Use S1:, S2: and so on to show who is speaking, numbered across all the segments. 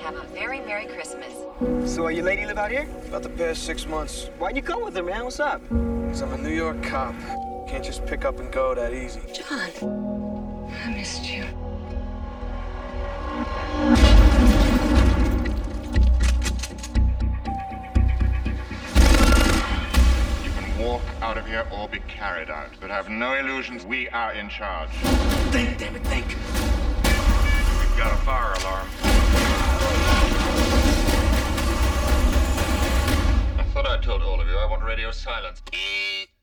S1: have a very Merry Christmas.
S2: So, uh, your lady live out here?
S3: About the past six months,
S2: Why'd you come with her, man? What's up?
S3: because I'm a New York cop. Can't just pick up and go that easy.
S1: John. I missed you.
S4: You can walk out of here or be carried out, but have no illusions. We are in charge.
S5: Think, damn it, think.
S4: We've got a fire alarm. I thought I told all of you I want radio silence.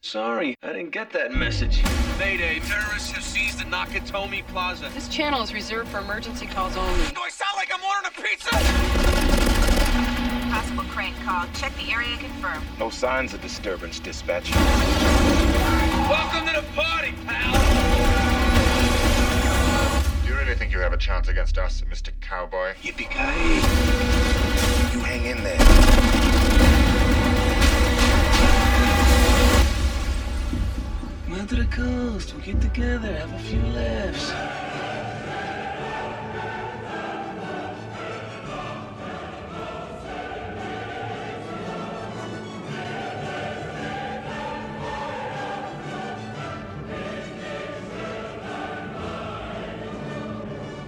S3: Sorry, I didn't get that message.
S5: Mayday, terrorists have seized the Nakatomi Plaza.
S6: This channel is reserved for emergency calls only.
S5: Do I sound like I'm ordering a pizza?
S1: Possible crank call. Check the area confirmed.
S7: No signs of disturbance, dispatch.
S5: Welcome to the party, pal!
S4: Do you really think you have a chance against us, Mr. Cowboy?
S5: Yippee-ki-yay.
S7: You hang in there.
S5: Come out to the coast, we'll get together, have a few laughs.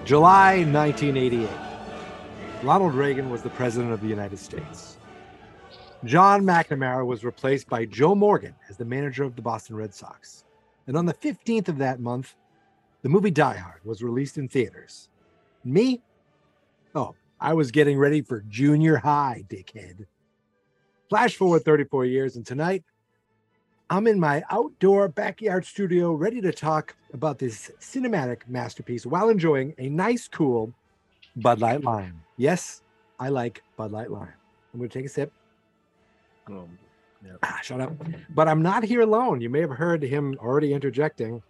S8: July 1988. Ronald Reagan was the president of the United States. John McNamara was replaced by Joe Morgan as the manager of the Boston Red Sox. And on the 15th of that month, the movie Die Hard was released in theaters. Me? Oh, I was getting ready for junior high, dickhead. Flash forward 34 years, and tonight I'm in my outdoor backyard studio ready to talk about this cinematic masterpiece while enjoying a nice, cool Bud Light Lime. Yes, I like Bud Light Lime. I'm going to take a sip. Ah, shut up. But I'm not here alone. You may have heard him already interjecting.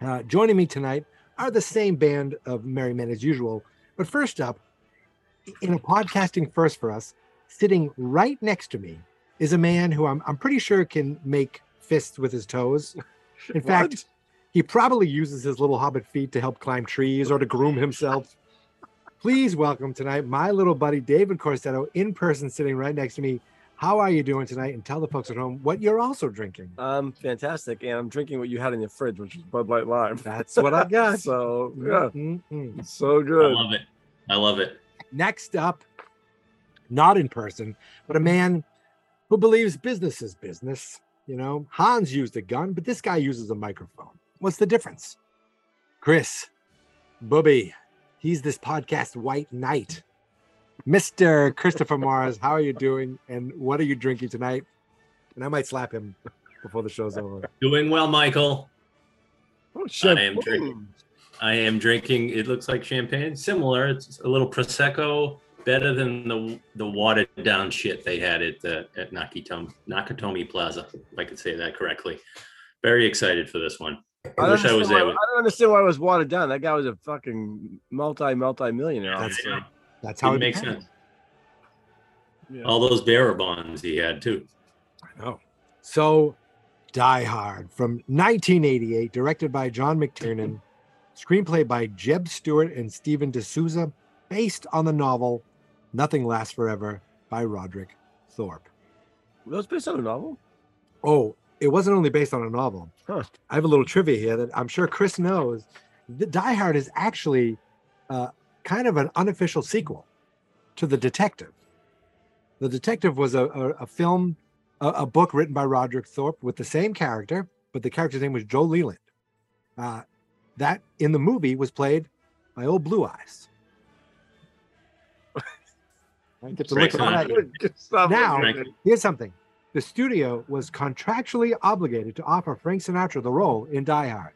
S8: Uh, joining me tonight are the same band of merry men as usual. But first up, in a podcasting first for us, sitting right next to me is a man who I'm, I'm pretty sure can make fists with his toes. In fact, he probably uses his little hobbit feet to help climb trees or to groom himself. Please welcome tonight my little buddy David Corsetto in person sitting right next to me. How are you doing tonight? And tell the folks at home what you're also drinking.
S9: I'm fantastic, and I'm drinking what you had in your fridge, which is Bud Light Lime.
S8: That's what I got.
S9: so yeah,
S8: Mm-mm.
S9: so
S10: I
S9: good.
S10: love it. I love it.
S8: Next up, not in person, but a man who believes business is business. You know, Hans used a gun, but this guy uses a microphone. What's the difference? Chris, Booby, he's this podcast white knight. Mr. Christopher Mars, how are you doing? And what are you drinking tonight? And I might slap him before the show's over.
S10: Doing well, Michael.
S9: Oh, shit.
S10: I am drinking. I am drinking. It looks like champagne. Similar. It's a little prosecco. Better than the the watered down shit they had at uh, at Nakatomi Nakatomi Plaza. If I could say that correctly. Very excited for this one. I
S9: don't
S10: wish I was
S9: understand why-
S10: there.
S9: I don't understand why it was watered down. That guy was a fucking multi multi millionaire.
S8: That's-
S10: Yeah,
S8: That's how
S10: it
S8: it
S10: makes
S8: began.
S10: sense. All those bearer bonds he had too.
S8: Oh. So, Die Hard from 1988, directed by John McTiernan, screenplay by Jeb Stewart and Stephen D'Souza, based on the novel Nothing Lasts Forever by Roderick Thorpe.
S9: That was based on a novel.
S8: Oh, it wasn't only based on a novel.
S9: Huh.
S8: I have a little trivia here that I'm sure Chris knows. The Die Hard is actually uh, kind of an unofficial sequel to The Detective. The Detective was a, a, a film, a, a book written by Roderick Thorpe with the same character, but the character's name was Joe Leland. Uh, that in the movie was played by old Blue Eyes. I get to look
S10: Breaks
S8: at
S10: on
S8: that.
S10: it.
S9: Stop
S8: Now-
S9: it.
S8: Here's something. The studio was contractually obligated to offer Frank Sinatra the role in Die Hard.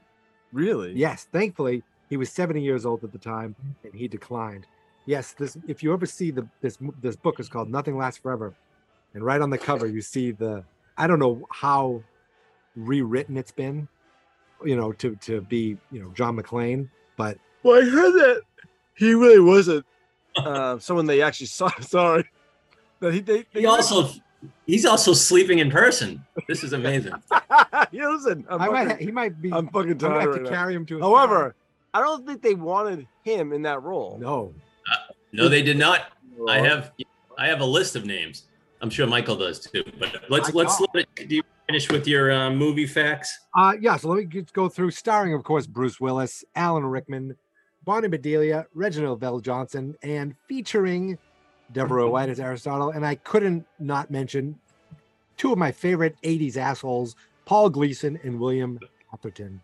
S9: really?
S8: Yes, thankfully, he was 70 years old at the time and he declined. Yes, this if you ever see the this m- this book is called Nothing Lasts Forever. And right on the cover you see the I don't know how rewritten it's been, you know, to to be, you know, John McClane, but
S9: Well, I heard that he really wasn't uh, someone they actually saw. Sorry, that he they, they
S10: He also he's also sleeping in person. This is amazing.
S9: he listen. I'm
S8: I might, ha-
S9: fucking-
S8: he might be
S9: I'm fucking
S8: I'm gonna
S9: tired
S8: have
S9: right
S8: to
S9: now.
S8: carry him to a
S9: However, I don't think they wanted him in that role.
S8: no.
S10: No, they did not. I have I have a list of names. I'm sure Michael does too. But let's
S8: I
S10: let's let it, do you finish with your uh, movie facts.
S8: Uh, yeah, so let me just go through starring, of course, Bruce Willis, Alan Rickman, Bonnie Bedelia, Reginald Bell Johnson, and featuring Deborah White as Aristotle. And I couldn't not mention two of my favorite 80s assholes, Paul Gleason and William Atherton.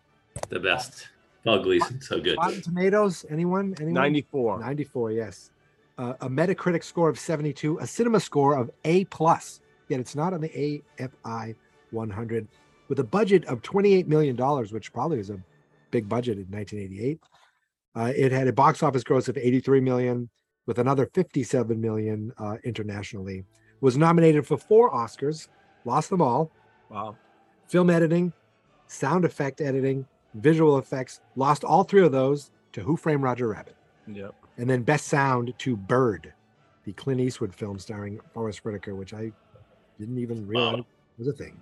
S10: The best. Paul Gleason, so good.
S8: Rotten Tomatoes, anyone? anyone?
S9: 94.
S8: 94, yes. Uh, a Metacritic score of 72, a cinema score of A plus. Yet it's not on the AFI 100, with a budget of 28 million dollars, which probably was a big budget in 1988. Uh, it had a box office gross of 83 million, with another 57 million uh, internationally. Was nominated for four Oscars, lost them all.
S9: Wow.
S8: Film editing, sound effect editing, visual effects. Lost all three of those to Who Framed Roger Rabbit
S9: Yep.
S8: and then best sound to Bird, the Clint Eastwood film starring Forrest Whitaker, which I didn't even realize
S10: Wow.
S8: was a thing.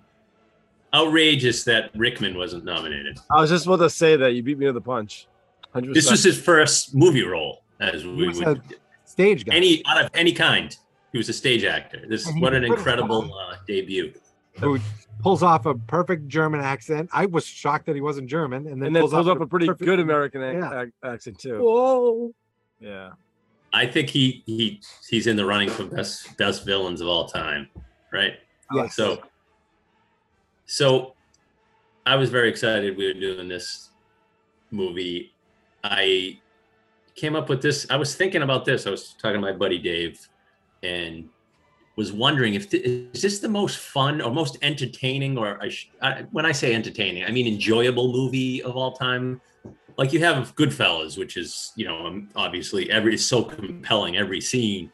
S10: Outrageous that Rickman wasn't nominated.
S9: I was just about to say that you beat me to the punch. 100%.
S10: This was his first movie role, as
S8: He
S10: we
S8: was
S10: would
S8: a stage guy.
S10: any out of any kind. He was a stage actor. This
S8: And he
S10: what an
S8: could've
S10: incredible uh, debut.
S8: who pulls off a perfect German accent. I was shocked that he wasn't German, and then,
S9: and then pulls up
S8: the
S9: a pretty
S8: perfect-
S9: good American ac-
S8: Yeah.
S9: ac- accent too.
S8: Whoa!
S9: Yeah.
S10: I think he he he's in the running for best best villains of all time, right?
S8: Yes.
S10: So, so I was very excited we were doing this movie. I came up with this. I was thinking about this. I was talking to my buddy Dave, and was wondering if th- is this the most fun or most entertaining, or I, sh- I when I say entertaining, I mean enjoyable movie of all time. Like you have Goodfellas, which is you know um, obviously every it's so compelling every scene.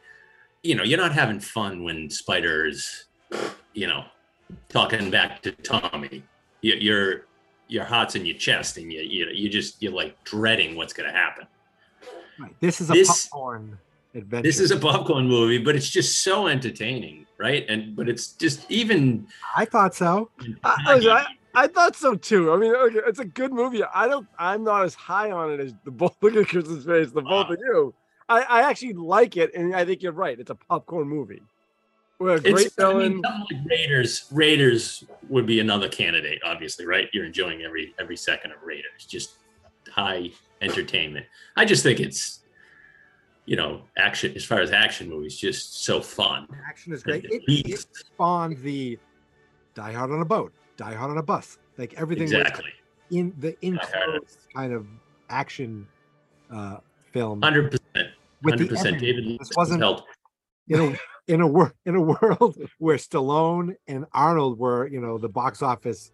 S10: You know you're not having fun when spiders you know, talking back to Tommy, you, your your heart's in your chest, and you you you just you're like dreading what's going to happen.
S8: Right. This is a
S10: This-
S8: popcorn adventure.
S10: This is a popcorn movie, but it's just so entertaining, right? And but it's just even
S8: I thought so.
S9: I, I was- I, I thought so too. I mean, okay, it's a good movie. I don't. I'm not as high on it as the both. Look at Chris's face. The both of you. I, I actually like it, and I think you're right. It's a popcorn movie. We're a great
S10: it's I
S9: villain.
S10: mean, something like Raiders. Raiders would be another candidate, obviously, right? You're enjoying every every second of Raiders, just high entertainment. I just think it's you know action as far as action movies, just so fun.
S8: Action is great.
S10: It
S8: It,
S10: beats.
S8: it spawned the Die Hard on a boat, Die Hard on a bus, like everything was
S10: Exactly.
S8: in the
S10: Hard on a-
S8: enclosed kind of action uh, film.
S10: Hundred percent,
S8: with the
S10: hundred percent.
S8: editing.
S10: David
S8: This
S10: Lynch
S8: wasn't-
S10: helped.
S8: in a in a world in a world where Stallone and Arnold were, you know, the box office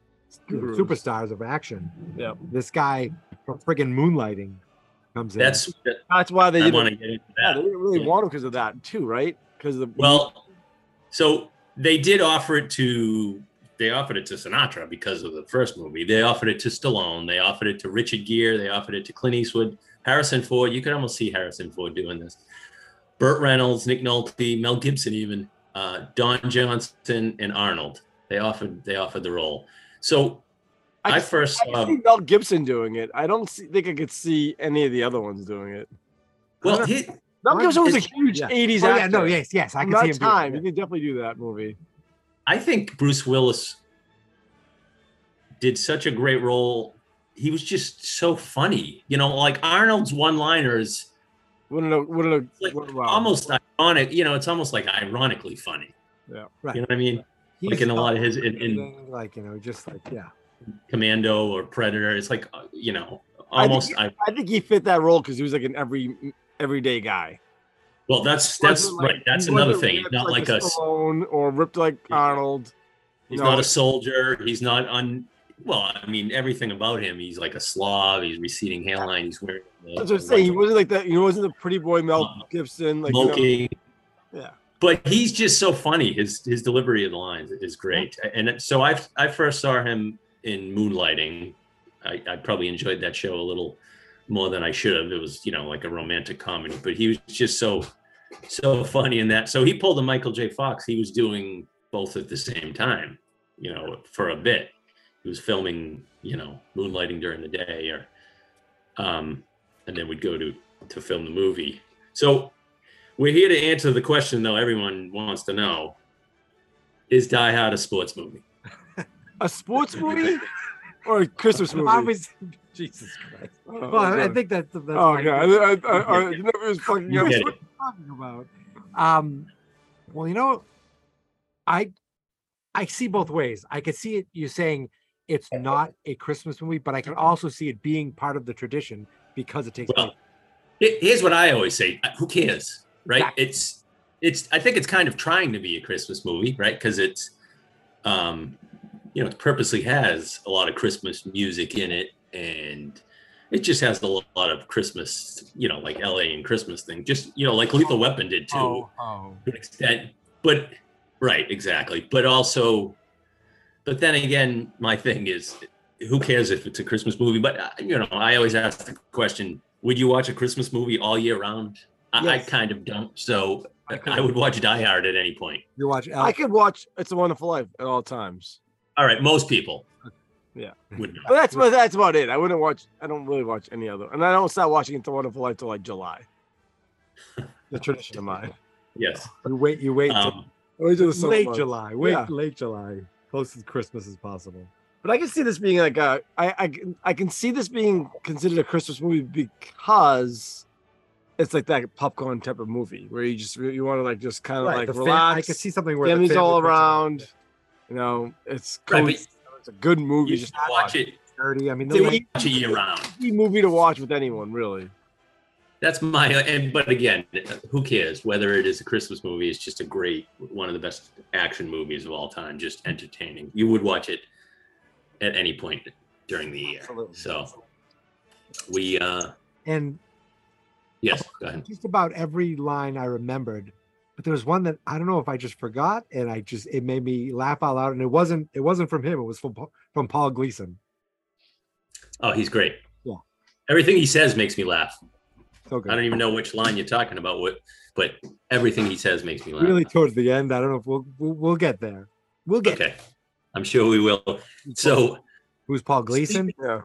S8: you know,
S9: Gurus.
S8: superstars of action.
S9: Yep.
S8: This guy from friggin' moonlighting comes in. Oh,
S10: That's that-
S9: That's why they
S10: I
S9: didn't,
S10: want to get into
S9: yeah, they
S10: that.
S9: didn't really
S10: Yeah.
S9: want him because of that too, right? Because the
S10: Well, so they did offer it to they offered it to Sinatra because of the first movie. They offered it to Stallone. They offered it to Richard Gere. They offered it to Clint Eastwood, Harrison Ford. You could almost see Harrison Ford doing this. Burt Reynolds, Nick Nolte, Mel Gibson, even uh, Don Johnson, and Arnold. They offered they offered the role. So
S9: I
S10: I,
S9: just-
S10: first
S9: I can
S10: saw-
S8: Um,
S9: see Mel Gibson doing it. I don't see, think I could see any of the other ones doing it.
S10: well, he,
S9: Mel
S8: Well,
S9: Gibson was a
S10: it's-
S9: huge
S8: yeah.
S9: '80s
S8: oh,
S9: actor.
S8: yeah, no, yes, yes, I can
S9: Not
S8: see him. do it,
S9: time.
S8: yeah.
S9: You can definitely do that movie.
S10: I think Bruce Willis did such a great role. He was just so funny. You know, like Arnold's one liners
S9: Wouldn't have, wouldn't
S10: like
S9: have, wow.
S10: almost ironic. You know, it's almost like ironically funny.
S9: Yeah.
S8: Right.
S10: You know what I mean?
S8: He's
S10: like in a lot of his-
S8: so
S10: in- in-
S8: amazing, like you know, just like yeah.
S10: Commando or Predator. It's like uh, you know,
S9: I think
S10: almost. I,
S9: I think he fit that role because he was like an every everyday guy.
S10: well, that's
S9: He
S10: that's
S9: wasn't, like-
S10: right. That's
S9: he
S10: another
S9: wasn't
S10: thing. He's
S9: ripped
S10: Not like
S9: a
S10: us.
S9: Stallone or ripped like
S10: Yeah.
S9: Arnold.
S10: He's
S9: No,
S10: not a soldier. He's not on. Well, I mean, everything about him. He's like a Slav. He's receding hairline. He's wearing. the-
S9: that's what I'm saying. He wasn't like that. He wasn't the pretty boy Mel
S10: Uh,
S9: Gibson. Like you know,
S10: smoking.
S9: Yeah.
S10: But he's just so funny. His his delivery of the lines is great. And it- so I I first saw him in Moonlighting. I, I probably enjoyed that show a little more than I should have. It was you know like a romantic comedy, but he was just so so funny in that. So he pulled a Michael J. Fox. He was doing both at the same time, you know, for a bit. He was filming, you know, Moonlighting during the day, or um, and then would go to to film the movie. So We're here to answer the question, though. Everyone wants to know: Is Die Hard a sports movie?
S9: A sports movie or a Christmas movie?
S8: Obviously, Jesus Christ.
S9: Oh,
S8: Well, I, I
S9: God.
S8: think that's. that's
S9: Oh
S8: what
S9: god, I, I, I, I, you know, it was fucking
S10: You
S9: up.
S10: get it.
S8: talking about? Um, well, you know, I I see both ways. I could see it you saying it's not a Christmas movie, but I can also see it being part of the tradition because it takes.
S10: Well,
S8: place-
S10: he- here's what I always say: uh, Who cares, right?
S8: Exactly.
S10: It's it's. I think it's kind of trying to be a Christmas movie, right? Because it's, um, you know, it purposely has a lot of Christmas music in it, and it just has a lo- lot of Christmas, you know, like LA and Christmas thing. Just you know, like Lethal Weapon did too,
S8: oh, oh.
S10: to an extent. But right, exactly. But also, but then again, my thing is, who cares if it's a Christmas movie? But uh, you know, I always ask the question: Would you watch a Christmas movie all year round? I, I
S9: Yes.
S10: kind of don't. So
S8: I
S10: I,
S8: could-
S10: would watch Die Hard at any point.
S8: You watch.
S9: I
S8: Elf.
S9: could watch It's a Wonderful Life at all times.
S10: All right, most people.
S9: Yeah.
S10: Would not.
S9: But that's but that's about it. I wouldn't watch I don't really watch any other and I don't start watching It's a Wonderful Life till like July.
S8: the
S9: Tradition
S8: tradition.
S9: of mine.
S10: Yes.
S8: You wait. You wait. till
S10: Um,
S9: Wait till the summer
S8: late
S9: months.
S8: July. Wait.
S9: Yeah.
S8: Late July. Close to Christmas as possible.
S9: But I can see this being like a I I can- I can see this being considered a Christmas movie because it's like that popcorn type of movie where you just re- you want to like just kind of
S8: Right, the
S9: like
S8: fam-
S9: relax.
S8: I could see something where the
S9: family's
S8: family
S9: all
S8: puts it on.
S9: around. You know, it's
S10: Right,
S9: cozy, it's a good movie.
S10: you
S9: Just
S10: should watch it.
S8: Dirty. I mean,
S10: You
S8: the
S10: should watch it year round.
S9: any movie to watch with anyone really.
S10: That's my and but again, who cares whether it is a Christmas movie? It's just a great one of the best action movies of all time. Just entertaining. You would watch it at any point during the year.
S8: Absolutely.
S10: So we uh
S8: and
S10: yes, go ahead.
S8: just about every line I remembered, but there was one that I don't know if I just forgot, and I just it made me laugh out loud. And it wasn't it wasn't from him; it was from Pa- from Paul Gleason.
S10: Oh, he's great.
S8: Yeah.
S10: Everything he says makes me laugh.
S8: So
S10: I
S8: good.
S10: don't even know which line you're talking about. What, but everything he says makes me laugh.
S8: Really towards the end, I don't know if we'll we'll, we'll get there. We'll get
S10: Okay, I'm sure we will. So
S8: who's Paul Gleason.
S9: Yeah.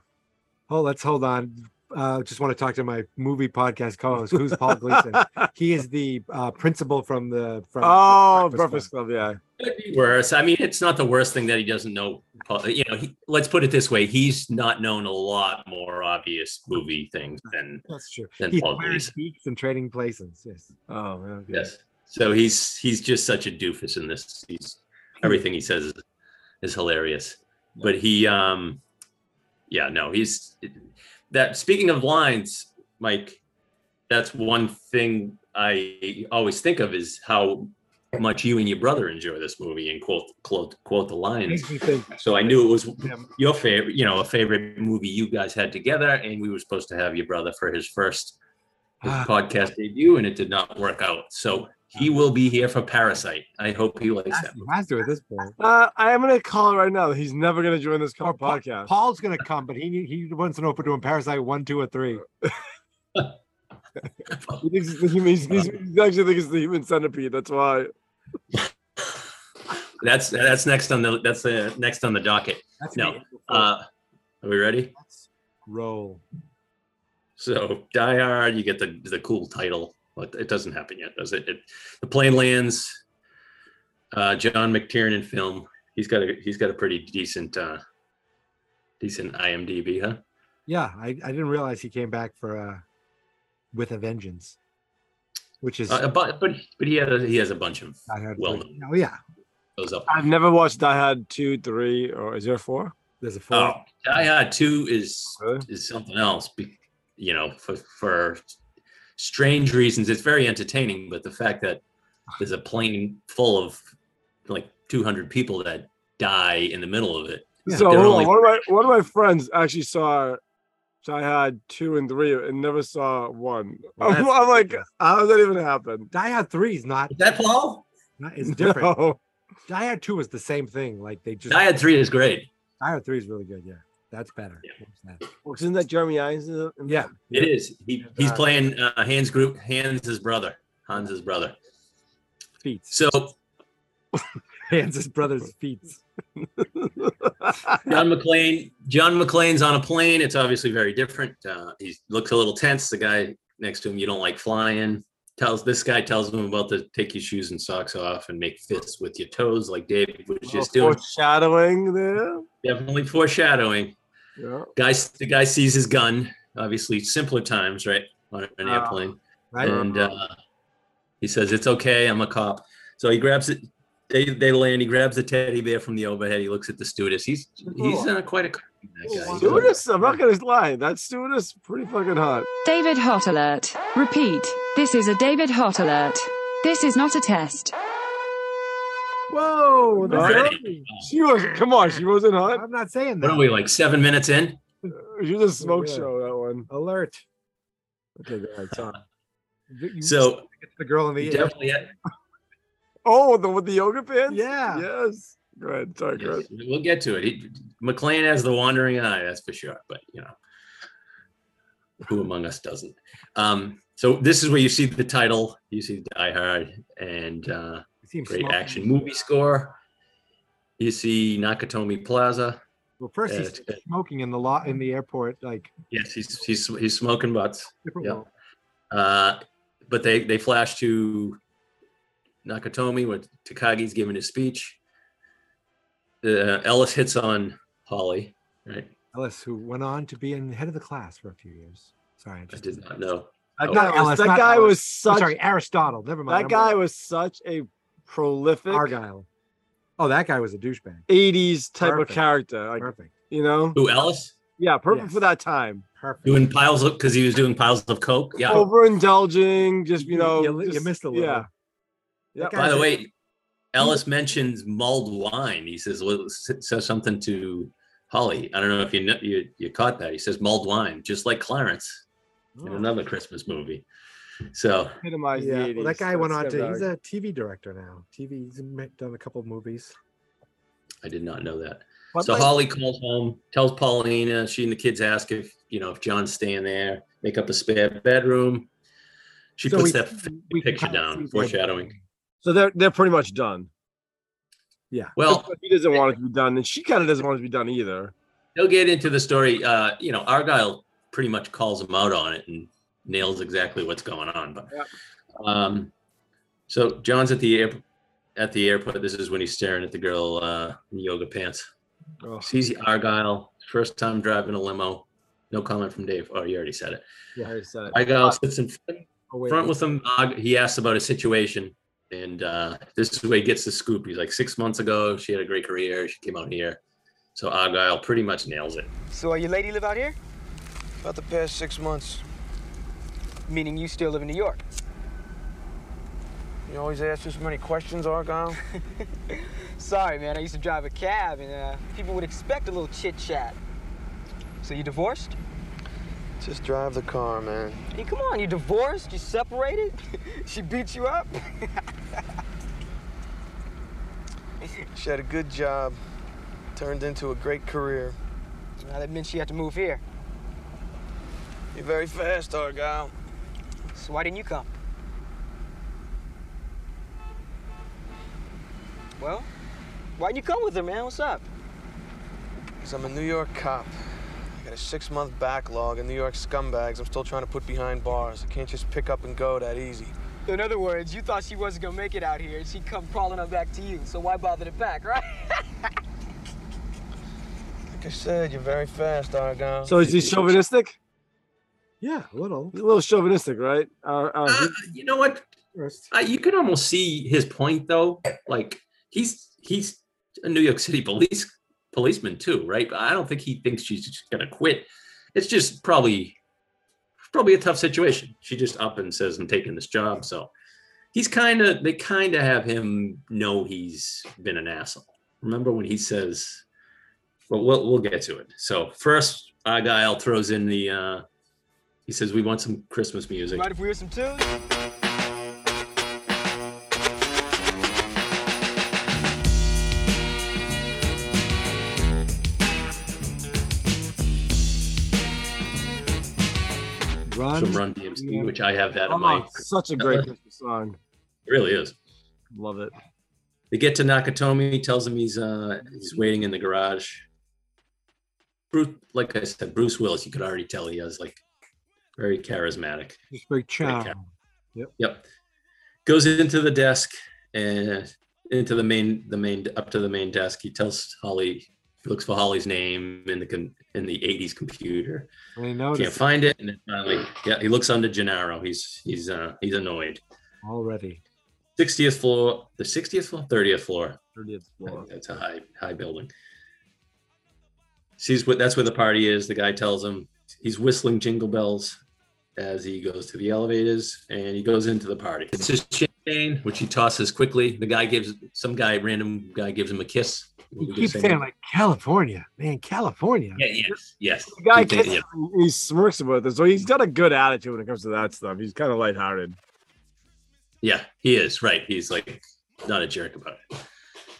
S8: Oh, let's hold on. Uh, just want to talk to my movie podcast co-host. Who's Paul Gleason? he is the uh, principal from the from
S9: oh,
S8: Breakfast
S9: Breakfast Club. Yeah.
S10: Could be worse. I mean, it's not the worst thing that he doesn't know. Paul- You know, he, let's put it this way: he's not known a lot more obvious movie things than
S8: That's true.
S10: than
S8: He's
S10: Paul
S8: wearing
S10: Gleason.
S8: peaks and trading places. Yes.
S9: Oh man. okay.
S10: Yes. So he's he's just such a doofus in this. He's everything he says is, is hilarious. But he, um yeah, no, he's that. Speaking of lines, Mike, that's one thing I always think of is how much you and your brother enjoy this movie and quote quote quote the lines.
S8: Makes me think.
S10: So I knew it was your favorite, you know, a favorite movie you guys had together, and we were supposed to have your brother for his first his
S8: Ah.
S10: podcast debut, and it did not work out. So he will be here for Parasite. I hope he likes that.
S8: He has to at this point.
S9: Uh, I am gonna call it right now. that He's never gonna join this
S8: Or
S9: co-
S8: Pa-
S9: podcast.
S8: Paul's gonna come, but he need- he wants to know if we're doing Parasite one, two, or three.
S9: He thinks it's the human, he's, he's, he actually thinks it's the human centipede. That's why.
S10: That's that's next on the that's the next on the docket.
S8: That's
S10: No.
S8: me.
S10: Uh, are we ready?
S8: Let's roll.
S10: So Die Hard, you get the the cool title, but it doesn't happen yet, does it? it the plane lands. Uh, John McTiernan film. He's got a he's got a pretty decent uh, decent IMDb, huh?
S8: Yeah, I, I didn't realize he came back for uh with a vengeance, which is
S10: Uh, but but but he had a, he has a bunch of
S8: I had
S10: well
S8: three. oh yeah,
S10: those up.
S9: I've never watched Die Hard two, three, or is there four?
S8: there's a four.
S10: Oh, Die Hard Two is
S9: Really?
S10: is something else. be- You know, for for strange reasons, it's very entertaining. But the fact that there's a plane full of like 200 people that die in the middle of it.
S8: Yeah,
S9: so
S10: they're only-
S9: hold on. One of my one of my friends actually saw Die Hard two and three and never saw one.
S8: Well,
S9: I'm,
S8: that's-
S9: I'm like, how did that even happen?
S8: Die Hard three is not,
S10: Is that Paul?
S8: not is different.
S9: No.
S8: Die Hard two is the same thing. Like they just
S10: Die Hard Three is great.
S8: Die Hard three is really good. Yeah, that's better. That's better.
S9: Well, Isn't that Jeremy Irons? in the- in
S8: Yeah,
S10: It is. He, he's
S9: Uh,
S10: playing uh, Hans Group Hans's brother. Hans's brother.
S8: feats.
S10: So
S8: Hans' brother's feats.
S10: John McClane. John McClane's on a plane. It's obviously very different. Uh, he looks a little tense. The guy next to him, you don't like flying. tells this guy tells him about to take your shoes and socks off and make fists with your toes, like Dave was
S9: Little
S10: just doing.
S9: foreshadowing there.
S10: Definitely foreshadowing.
S9: Yeah.
S10: Guy, the guy sees his gun. Obviously, simpler times, right, on an
S9: Ah,
S10: airplane,
S9: Right.
S10: and uh, he says, "It's okay, I'm a cop." So he grabs it. They they land. He grabs the teddy bear from the overhead. He looks at the stewardess. He's he's uh, quite a that guy. He's a-
S9: Stewardess, I'm not gonna lie. That stewardess pretty fucking hot.
S11: David Hot Alert. Repeat. This is a David Hot Alert. This is not a test.
S10: uh,
S9: Whoa, the
S10: Already?
S9: hell? she was. Come on, she wasn't hot.
S8: I'm not saying
S10: What
S8: that.
S10: are we like seven minutes in?
S9: She was a smoke
S8: Yeah.
S9: show. That one.
S8: Alert.
S9: Oh, Okay, go ahead. Sorry.
S8: You- you
S10: So
S8: it's the girl in the air.
S10: definitely,
S9: Oh, the with the yoga pants.
S8: Yeah.
S9: Yes. Go ahead. Sorry, go ahead.
S10: Yes, we'll get to it. He, McLean has the wandering eye, that's for sure. But you know, who among us doesn't? Um, so this is where you see the title. You see Die Hard and uh,
S8: It seems
S10: great
S8: small.
S10: action movie score. You see Nakatomi Plaza.
S8: Well, first
S10: Yeah,
S8: he's
S10: it's good.
S8: smoking in the lot in the airport, like
S10: Yes, he's he's he's smoking butts.
S8: different
S10: Yeah.
S8: world.
S10: Uh, but they they flash to Nakatomi when Takagi's giving his speech. Uh, Ellis hits on Holly, right?
S8: Ellis, who went on to be in head of the class for a few years. Sorry, I
S10: I
S8: just
S10: did not know.
S9: That
S10: Oh.
S9: guy
S8: Not
S9: was,
S8: Alice,
S9: that
S8: not
S9: guy
S8: Alice.
S9: was
S8: I'm
S9: such.
S8: sorry, Aristotle. Never mind.
S9: that guy was such a prolific
S8: Argyle. Oh, that guy was a douchebag.
S9: '80s type
S8: Perfect.
S9: of character. Like,
S8: Perfect.
S9: you know.
S10: Who Ellis?
S9: Yeah, perfect for
S8: Yes.
S9: that time.
S8: Perfect.
S10: doing piles of because he was doing piles of coke. Yeah.
S9: Oh, Overindulging, just you
S8: You-
S9: know,
S8: you li- you
S9: just-
S8: missed a little.
S9: Yeah,
S8: That
S9: yeah.
S10: By the way, Ellis mentions mulled wine. He says well, s- says something to Holly. I don't know if you kn- you you caught that. He says mulled wine, just like Clarence in
S8: Oh.
S10: another Christmas movie. So
S9: Epitomized
S8: Yeah,
S9: the 80s.
S8: well, that guy went on
S9: That's
S8: to. He's
S9: scumbag.
S8: a TV director now. TV. He's ma- done a couple of movies.
S10: I did not know that.
S9: But
S10: so
S9: like-
S10: Holly calls home, tells Paulina. She and the kids ask if you know if John's staying there. Make up a spare bedroom. She
S8: So
S10: puts
S8: we-
S10: that f-
S8: we can
S10: picture
S8: kinda
S10: down,
S8: see the-
S10: foreshadowing.
S9: so they're they're pretty much done.
S10: Well,
S9: he doesn't want it to be done, and she kind of doesn't want it to be done either.
S10: He'll get into the story. Uh, you know, Argyle pretty much calls him out on it and nails exactly what's going on. But
S9: Yep.
S10: um, so John's at the air, at the airport. This is when he's staring at the girl uh, in yoga pants.
S9: Oh.
S10: Sees Argyle first time driving a limo. No comment from Dave. Oh, you already said it.
S9: I already said it.
S10: Argyle sits in front
S8: Oh wait,
S10: front with him. Uh, he asks about his situation, and uh, this is where he gets the scoop. He's like, six months ago, she had a great career. She came out here. So Argyle pretty much nails it.
S2: So uh, your lady live out here?
S3: About the past six months,
S2: Meaning you still live in New York?
S3: you always ask us many questions, Argyle.
S2: Sorry, man. I used to drive a cab, and uh, people would expect a little chit chat. So you divorced?
S3: Just drive the car, man.
S2: Hey, come on. You divorced? You separated? she beat you up?
S3: She had a good job, turned into a great career.
S2: Now that meant she had to move here.
S3: You're very fast, Argyle.
S2: So why didn't you come? Well, why didn't you come with her, man? What's up?
S3: Because I'm a New York cop. I got a six month backlog of New York scumbags I'm still trying to put behind bars. I can't just pick up and go that easy.
S2: In other words, you thought she wasn't gonna make it out here, and she come crawling up back to you. So why bother to pack, right?
S3: Like I said, you're very fast, Argyle.
S9: So is he chauvinistic?
S8: yeah, a little.
S9: He's a little chauvinistic, right? Uh, uh,
S10: Uh,
S9: he-
S10: you know what?
S8: First.
S10: I, you could almost see his point though. Like he's he's a New York City police policeman too, right? But I don't think he thinks she's just gonna quit. It's just probably probably a tough situation. She just up and says, "I'm taking this job." So he's kind of they kind of have him know he's been an asshole. Remember when he says, "But we'll we'll get to it." So first, Argyle throws in the. uh he says, "We want some Christmas music."
S2: Mind if we hear some tunes?
S9: run.
S10: Some Run DMC, which I have that
S9: Oh,
S10: on my.
S9: such a great Christmas song.
S10: It really is.
S9: Love it.
S10: They get to Nakatomi. He tells him he's uh he's waiting in the garage. Bruce, like I said, Bruce Willis. You could already tell he has like very charismatic.
S8: Just very charm.
S9: Yep.
S10: Yep. Goes into the desk and into the main, the main, up to the main desk. He tells Holly, he looks for Holly's name in the con, in the '80s computer.
S8: And he noticed
S10: Can't find it, and then finally, yeah, he looks under Gennaro. He's he's uh, he's annoyed.
S8: already.
S10: 60th floor, the 60th floor, 30th floor.
S9: 30th floor.
S10: That's a high high building. Sees what that's where the party is. The guy tells him he's whistling jingle bells as he goes to the elevators and he goes into the party. It's his champagne, which he tosses quickly. The guy gives some guy, random guy, gives him a kiss. We
S8: You
S10: could
S8: keep
S10: say-
S8: saying like California, man, California.
S10: yeah, yes, yes.
S9: The guy
S10: Keep saying,
S9: gets,
S10: yeah.
S9: he smirks about this, so he's got a good attitude when it comes to that stuff. He's kind of lighthearted.
S10: Yeah, he is right. He's like not a jerk about it.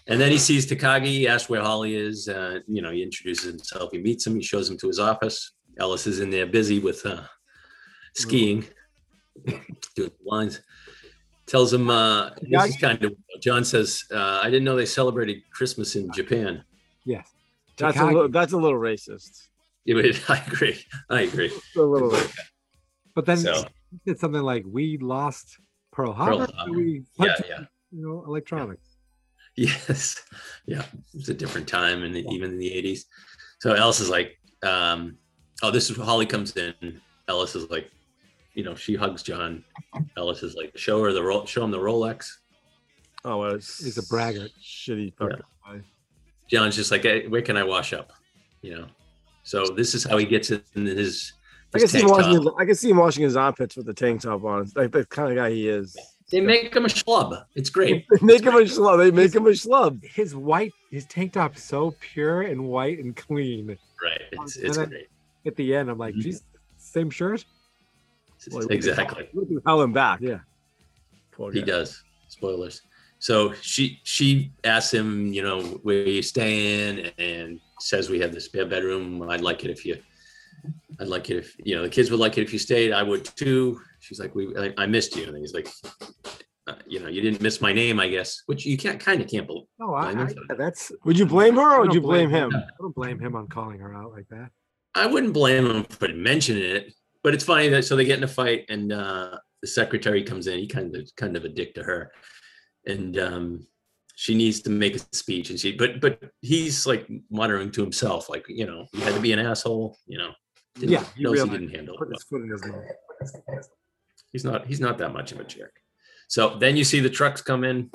S10: And then he sees Takagi. He asks where Holly is. Uh, you know, he introduces himself. He meets him. He shows him to his office. Ellis is in there busy with uh, skiing, doing lines. Tells him uh, this is kind of. John says, uh, "I didn't know they celebrated Christmas in Japan."
S8: Yes.
S9: That's a
S8: Takagi.
S9: little, that's a little racist.
S10: It was- I agree. I agree.
S9: It's A little racist.
S8: But then
S10: So-
S8: he did something like we lost
S10: Pearl
S8: Pearl Harbor.
S10: Harbor.
S8: We
S10: Yeah,
S8: went to,
S10: yeah.
S8: you know, electronics.
S10: Yes. Yeah. It's a different time and even in the 80s. So Ellis is like, um, oh, this is Holly comes in. Ellis is like, you know, she hugs John. Ellis is like, show her the ro- show him the Rolex.
S9: Oh, well, it's,
S8: He's a braggart.
S9: Shitty fucking guy.
S10: John's just like, hey, where can I wash up? You know. So this is how he gets it in his,
S9: I can
S10: his
S9: see
S10: tank
S9: him washing.
S10: top.
S9: His, I can see him washing his armpits with the tank top on. Like the kind of guy he is.
S10: They make him a schlub. It's great.
S9: They make him a schlub. They make him a schlub.
S8: His white, his tank top, so pure and white and clean.
S10: Right. It's it's
S8: And then-
S10: great.
S8: At the end, I'm like,
S10: Mhm.
S8: geez, same shirt.
S10: Exactly.
S9: Look at Helen back. Yeah. Poor
S10: He
S9: guy.
S10: does. Spoilers. So she she asks him, you know, where you staying, and says we have the spare bedroom. I'd like it if you, I'd like it if you know the kids would like it if you stayed. I would too. She's like, we I, I missed you, and he's like, uh, you know, you didn't miss my name, I guess. Which you can't kind of can't believe.
S8: No, I,
S10: I know
S8: I-
S10: so.
S8: yeah, that's.
S9: Would you blame her
S8: I
S9: or would
S8: don't
S9: you blame him?
S8: I don't blame him on calling her out like that.
S10: I wouldn't blame him for mentioning it, but it's funny that so they get in a fight and uh, the secretary comes in. He kind of kind of a dick to her, and um, she needs to make a speech. And she, but but he's like muttering to himself, like you know, you had to be an asshole. You know, didn't-
S8: Yeah, he
S10: knows he
S8: realized-
S10: didn't handle it.
S8: Put his foot in his mouth.
S10: He's not he's not that much of a jerk. So then you see the trucks come in.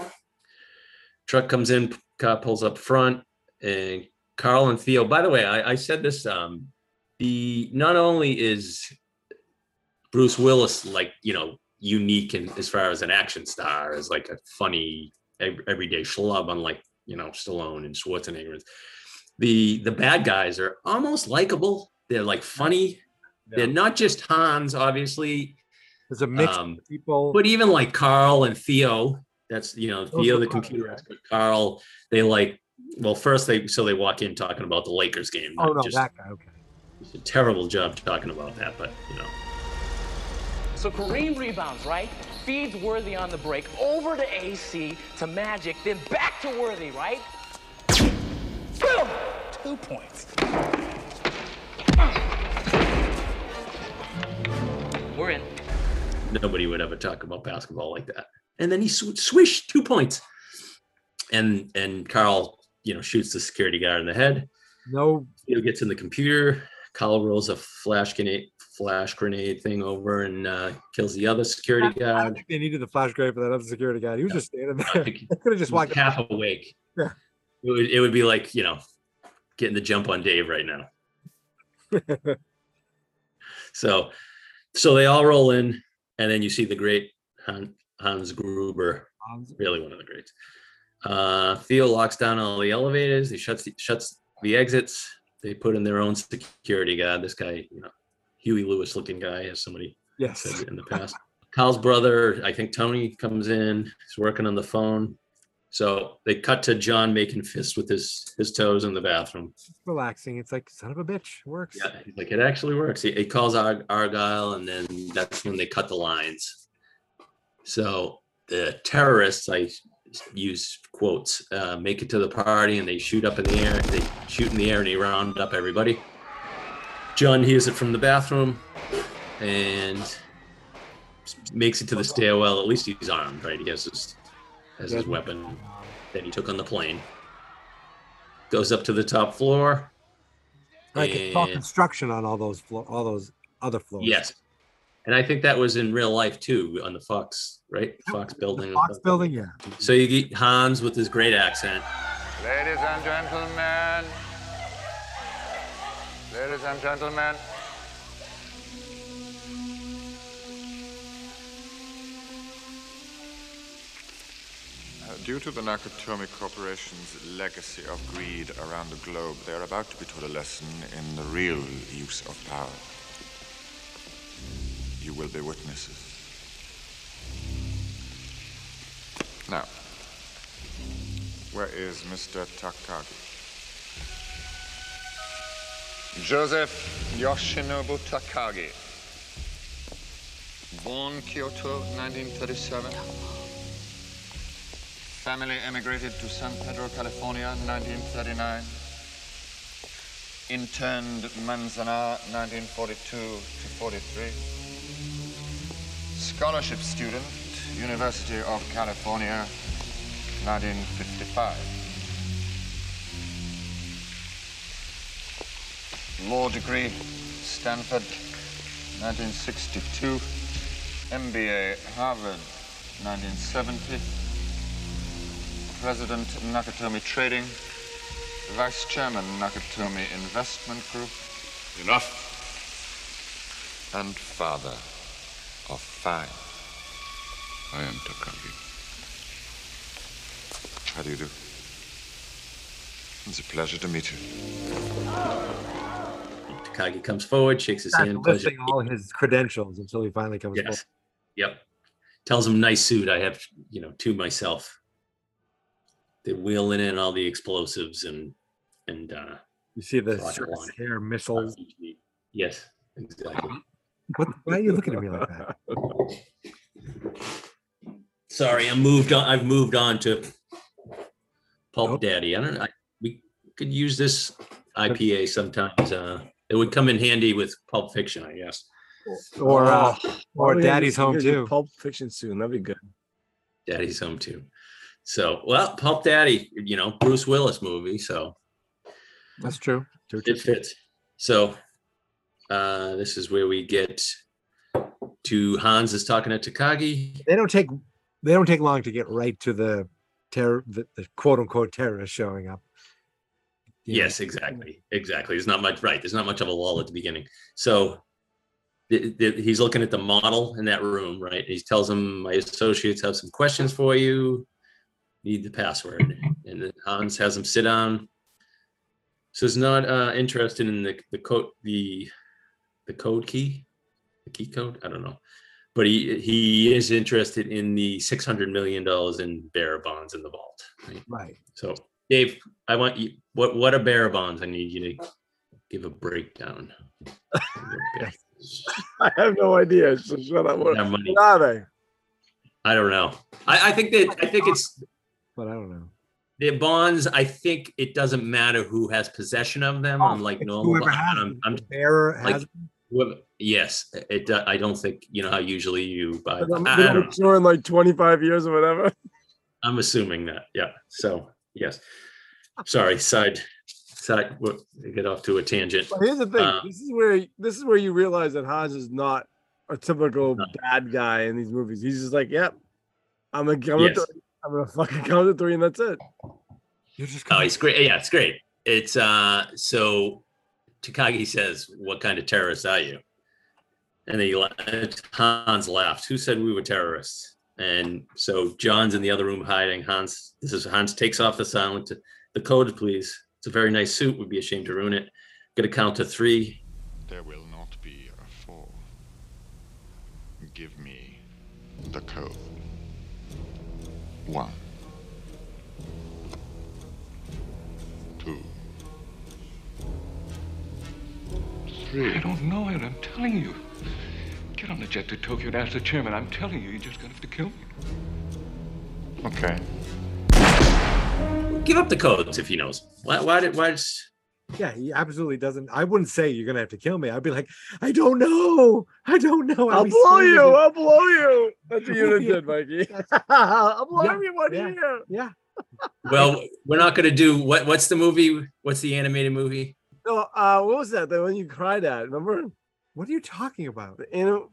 S10: Truck comes in, car pulls up front, and Carl and Theo. By the way, I, I said this. Um, the not only is Bruce Willis like you know unique in, as far as an action star, as like a funny ev- everyday schlub, unlike you know Stallone and Schwarzenegger. The the bad guys are almost likable. They're like funny. They're not just Hans, obviously.
S8: There's a mix
S10: Um,
S8: of people.
S10: but even like Carl and Theo, that's you know
S8: Those
S10: Theo
S8: are
S10: the
S8: popular.
S10: computer expert. Carl, they like well first they so they walk in talking about the Lakers game.
S8: oh
S10: not
S8: no,
S10: just
S8: that guy. Okay.
S10: a terrible job talking about that, but you know
S12: So Kareem rebounds, right? Feeds Worthy on the break, over to AC, to Magic, then back to Worthy, right? Boom! Two points. We're in.
S10: nobody would ever talk about basketball like that. And then he sw- swished two points, and and Carl you know shoots the security guard in the head.
S8: No,
S10: Theo gets in the computer. Carl rolls a flash grenade flash grenade thing over and uh, kills the other security
S8: I don't
S10: guard.
S8: think they needed the flash grenade for that other security guy. He was just standing
S10: I
S8: there.
S10: think
S8: They could have just
S10: He was
S8: walked.
S10: half awake.
S8: Yeah.
S10: It would, it would be like, you know, getting the jump on Dave right now. So, so they all roll in, and then you see the great Han, Hans Gruber, really one of the greats. Uh, Theo locks down all the elevators. He shuts the, shuts the exits. They put in their own security guard. This guy, you know, Huey Lewis looking guy, as somebody
S8: Yes.
S10: said in the past. Kyle's brother, I think Tony comes in, he's working on the phone. So they cut to John making fists with his his toes in the bathroom.
S8: relaxing. It's like son of a bitch works.
S10: Yeah, he's like it actually works. He, he calls Ar- Argyle, and then that's when they cut the lines. So the terrorists, I use quotes, uh, make it to the party, and they shoot up in the air. They shoot in the air, and they round up everybody. John hears it from the bathroom, and makes it to the stairwell. At least he's armed, right? He has his has his weapon that he took on the plane. Goes up to the top floor.
S8: I can talk
S10: and-
S8: construction on all those floor, all those other floors.
S10: Yes. And I think that was in real life too, on the Fox, right? Fox building.
S8: Fox building, yeah.
S10: So uh, you get Hans with his great accent.
S13: Ladies and gentlemen, ladies and gentlemen,
S4: Uh, Due to the Nakatomi Corporation's legacy of greed around the globe, they are about to be taught a lesson in the real use of power. You will be witnesses. Now, where is Mr. Takagi? Joseph Yoshinobu Takagi. Born Kyoto, 1937. Family emigrated to San Pedro, California, 1939. Interned Manzanar, 1942 to 43. Scholarship student, University of California, 1955. Law degree, Stanford, 1962. MBA, Harvard, 1970. President Nakatomi Trading, Vice Chairman Nakatomi Investment Group. Enough. And father of five. I am Takagi. How do you do? It's a pleasure to meet you.
S10: Takagi comes forward, shakes his
S8: Not
S10: hand.
S8: listing all his credentials until he finally comes.
S10: Yes. Yep. Tells him nice suit. I have, you know, to myself. They wheel in all the explosives and and uh
S8: You see the
S10: Roger
S8: surface
S10: one.
S8: hair missiles.
S10: yes, exactly.
S8: What, why are you looking at me like that?
S10: Sorry, I moved on. I've moved on to Pulp Daddy. I don't know. I, we could use this IPA sometimes. Uh, it would come in handy with Pulp Fiction, I guess.
S8: Or uh,
S9: Why
S10: Oh.
S8: or
S9: don't we
S8: Daddy's
S9: get-
S8: home
S9: get
S8: too.
S9: Pulp Fiction soon. That'd be good.
S10: Daddy's home too. So, well, Pulp Daddy, you know, Bruce Willis movie. So
S8: That's true.
S10: it fits. So uh, this is where we get to Hans is talking to Takagi.
S8: They don't take they don't take long to get right to the terror the, the quote unquote terrorist showing up.
S10: Yes, exactly. Exactly. There's not much, right. There's not much of a lull at the beginning. So th- th- he's looking at the model in that room, right? He tells him, My associates have some questions for you. Need the password. And then Hans has him sit down. So he's not uh, interested in the, the code, the, the code key, the key code. I don't know. But he, he is interested in the $600 million in bearer bonds in the vault. Right.
S8: Right.
S10: So, Dave, I want you. What what are bearer bonds? I need you to give a breakdown.
S9: I have no idea. So shut up. What,
S10: Their money.
S9: what are they?
S10: I don't know. I, I think that I think it's
S8: But I don't know.
S10: the bonds. I think it doesn't matter who has possession of them. I'm like normal.
S8: whoever has
S10: I'm, I'm
S8: Bearer
S10: like
S8: has
S10: whoever- yes. It. do- I don't think you know how usually you buy. I, I
S9: They're
S10: don't
S9: gonna
S10: know.
S9: mature in like 25 years or whatever.
S10: I'm assuming that. Yeah. So yes. Sorry. Side. Side. we'll Get off to a tangent.
S9: But here's the thing.
S10: Uh,
S9: this is where this is where you realize that Hans is not a typical bad guy in these movies. He's just like, yep, I'm gonna come
S10: Yes.
S9: to three. I'm gonna fucking come to three, and that's it.
S10: Oh, it's great. Yeah, it's great. It's uh so Takagi says, "What kind of terrorist are you?" And then he, la- Hans laughs. Who said we were terrorists? And so John's in the other room hiding. Hans, this is Hans takes off the silent. The code, please. It's a very nice suit. Would be ashamed to ruin it. Gonna count to three.
S4: There will not be a four. Give me the code. One. Two.
S14: I don't know it, I'm telling you. Get on the jet to Tokyo and ask the chairman. I'm telling you, you're just gonna have to kill me.
S4: Okay.
S10: Give up the codes if he knows. Why? Why did? Why? Just,
S8: Yeah, he absolutely doesn't. I wouldn't say you're gonna have to kill me. I'd be like, I don't know. I don't know. I'd
S9: I'll
S8: be
S9: blow
S8: so
S9: you.
S8: irritated.
S9: I'll blow you. That's what you
S8: Yeah.
S9: did, Mikey. I'll blow
S8: Yeah,
S9: everyone
S8: yeah,
S9: here.
S8: Yeah.
S10: Well, we're not going to do what? What's the movie? What's the animated movie?
S9: No, uh, what was that? The one you cried at? Remember?
S8: What are you talking about?
S9: The anim-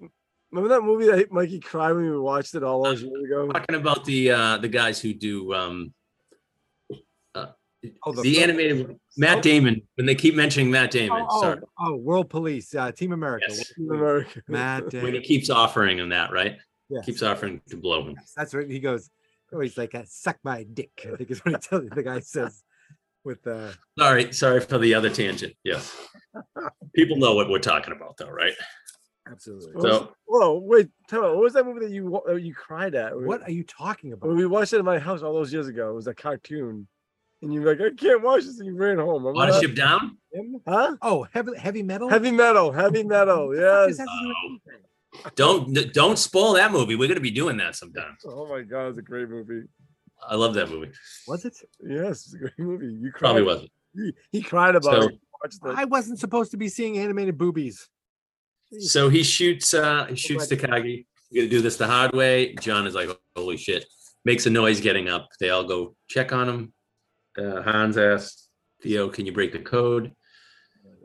S9: remember that movie that Mikey cried when we watched it all those years ago?
S10: Talking about the uh, the guys who do um, uh,
S8: Oh,
S10: the,
S8: the film.
S10: animated Matt Damon. When they keep mentioning Matt Damon,
S8: Oh, oh,
S10: sorry,
S8: oh, World Police, uh, Team America.
S10: Yes.
S8: World Police.
S9: America.
S8: Matt
S10: when he
S8: Damon.
S10: keeps offering him that, right?
S8: Yes.
S10: Keeps offering to blow him.
S8: That's right. He goes, oh, he's like, uh, suck my dick. I think is what he tells the guy says with uh
S10: Sorry, sorry for the other tangent. Yeah, people know what we're talking about, though, right?
S8: absolutely.
S9: What was-
S10: So-
S9: whoa, wait, tell me, what was that movie that you wa- uh, you cried at?
S8: What are you talking about?
S9: When we watched it in my house all those years ago, it was a cartoon, and you were like, I can't watch this, and you ran home. Remember that?
S10: Watership down.
S9: Huh?
S8: Oh, heavy heavy metal.
S9: Heavy metal, heavy metal. Yes.
S10: Don't don't spoil that movie. We're gonna be doing that sometime.
S9: Oh my god, it's a great movie.
S10: I love that movie.
S8: Was it?
S9: Yes, it's a great movie. You cried.
S10: Probably wasn't.
S9: He, he cried about
S10: So-
S9: it. Watched the-
S8: I wasn't supposed to be seeing animated boobies.
S10: So he shoots uh he shoots Takagi. We're gonna do this the hard way. John is like, holy shit. Makes a noise getting up. They all go check on him. Uh, Hans asks, Theo, can you break the code?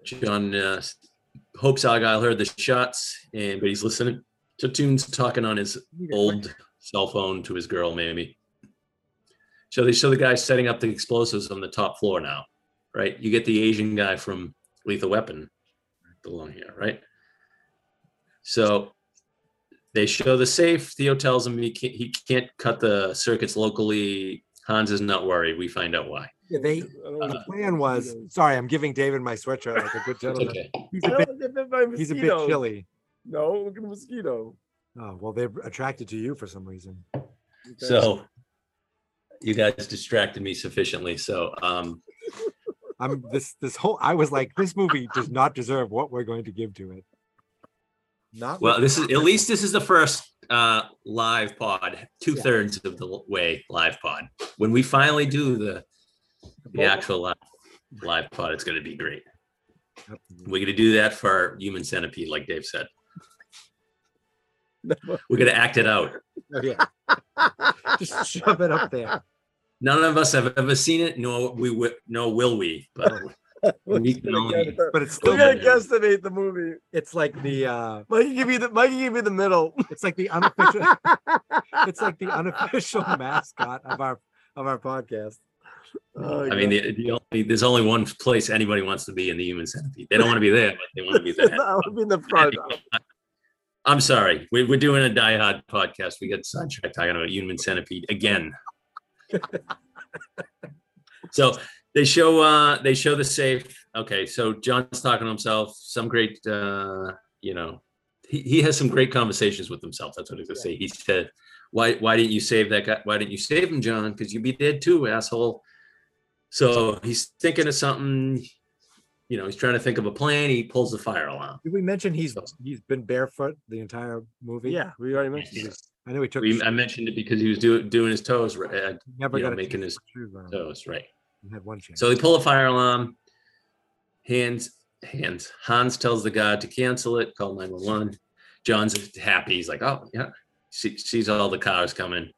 S10: John uh, s- hopes Argyle heard the shots, and but he's listening to tunes talking on his old cell phone to his girl, maybe. So they show the guy setting up the explosives on the top floor now, right? You get the Asian guy from Lethal Weapon belong here, right? So they show the safe. Theo tells him he can't, he can't cut the circuits locally. Hans is not worried. We find out why.
S8: Yeah, they
S9: I don't know.
S8: the plan was sorry, I'm giving David my sweatshirt like a good
S10: It's
S8: gentleman.
S10: okay.
S8: He's
S9: I
S8: a
S9: don't
S8: bit
S9: want to get bit by a
S8: he's a bit
S9: mosquito.
S8: chilly.
S9: No, look at the mosquito.
S8: Oh well, they're attracted to you for some reason.
S9: Okay.
S10: So you guys distracted me sufficiently. So um,
S8: I'm this this whole I was like, this movie does not deserve what we're going to give to it. Not
S10: well, this is at least this is the first uh, live pod, two thirds of the l- way live pod. When we finally do the the actual live, live pod, it's going to be great. We're going to do that for our human centipede, like Dave said. We're going to act it out.
S8: Oh, yeah. Just shove it up there.
S10: None of us have ever seen it, nor we wi- nor will we. But we can only,
S8: But it's
S9: We're
S8: still
S9: gonna guesstimate the movie.
S8: it's like the uh
S9: Mikey give me the Mikey give me the middle.
S8: it's like the unofficial it's like the unofficial mascot of our of our podcast.
S9: Oh,
S10: I mean,
S9: God.
S10: the, the only, there's only one place anybody wants to be in the human centipede. They don't want to be there, but they want to be there.
S9: I would be in the front.
S10: I'm sorry. We, we're doing a Die Hard podcast. We got sidetracked talking about human centipede again. so they show uh they show the safe. Okay, so John's talking to himself. Some great uh, you know, he, he has some great conversations with himself. That's what I was gonna say. He said, Why why didn't you save that guy? Why didn't you save him, John? Because you'd be dead too, asshole. So he's thinking of something, you know, he's trying to think of a plan. He pulls the fire alarm.
S8: Did we mention he's he's been barefoot the entire movie?
S9: Yeah, we already mentioned this.
S8: I know he took
S10: We, I mentioned it because he was doing doing his toes, right, uh,
S8: never
S10: you know,
S8: got a
S10: making his
S8: shoes on.
S10: toes right.
S8: He had one chance.
S10: So they pull a fire alarm. Hands, hands. Hans tells the guard to cancel it. Call nine one one. John's happy. He's like, oh yeah. She sees all the cars coming,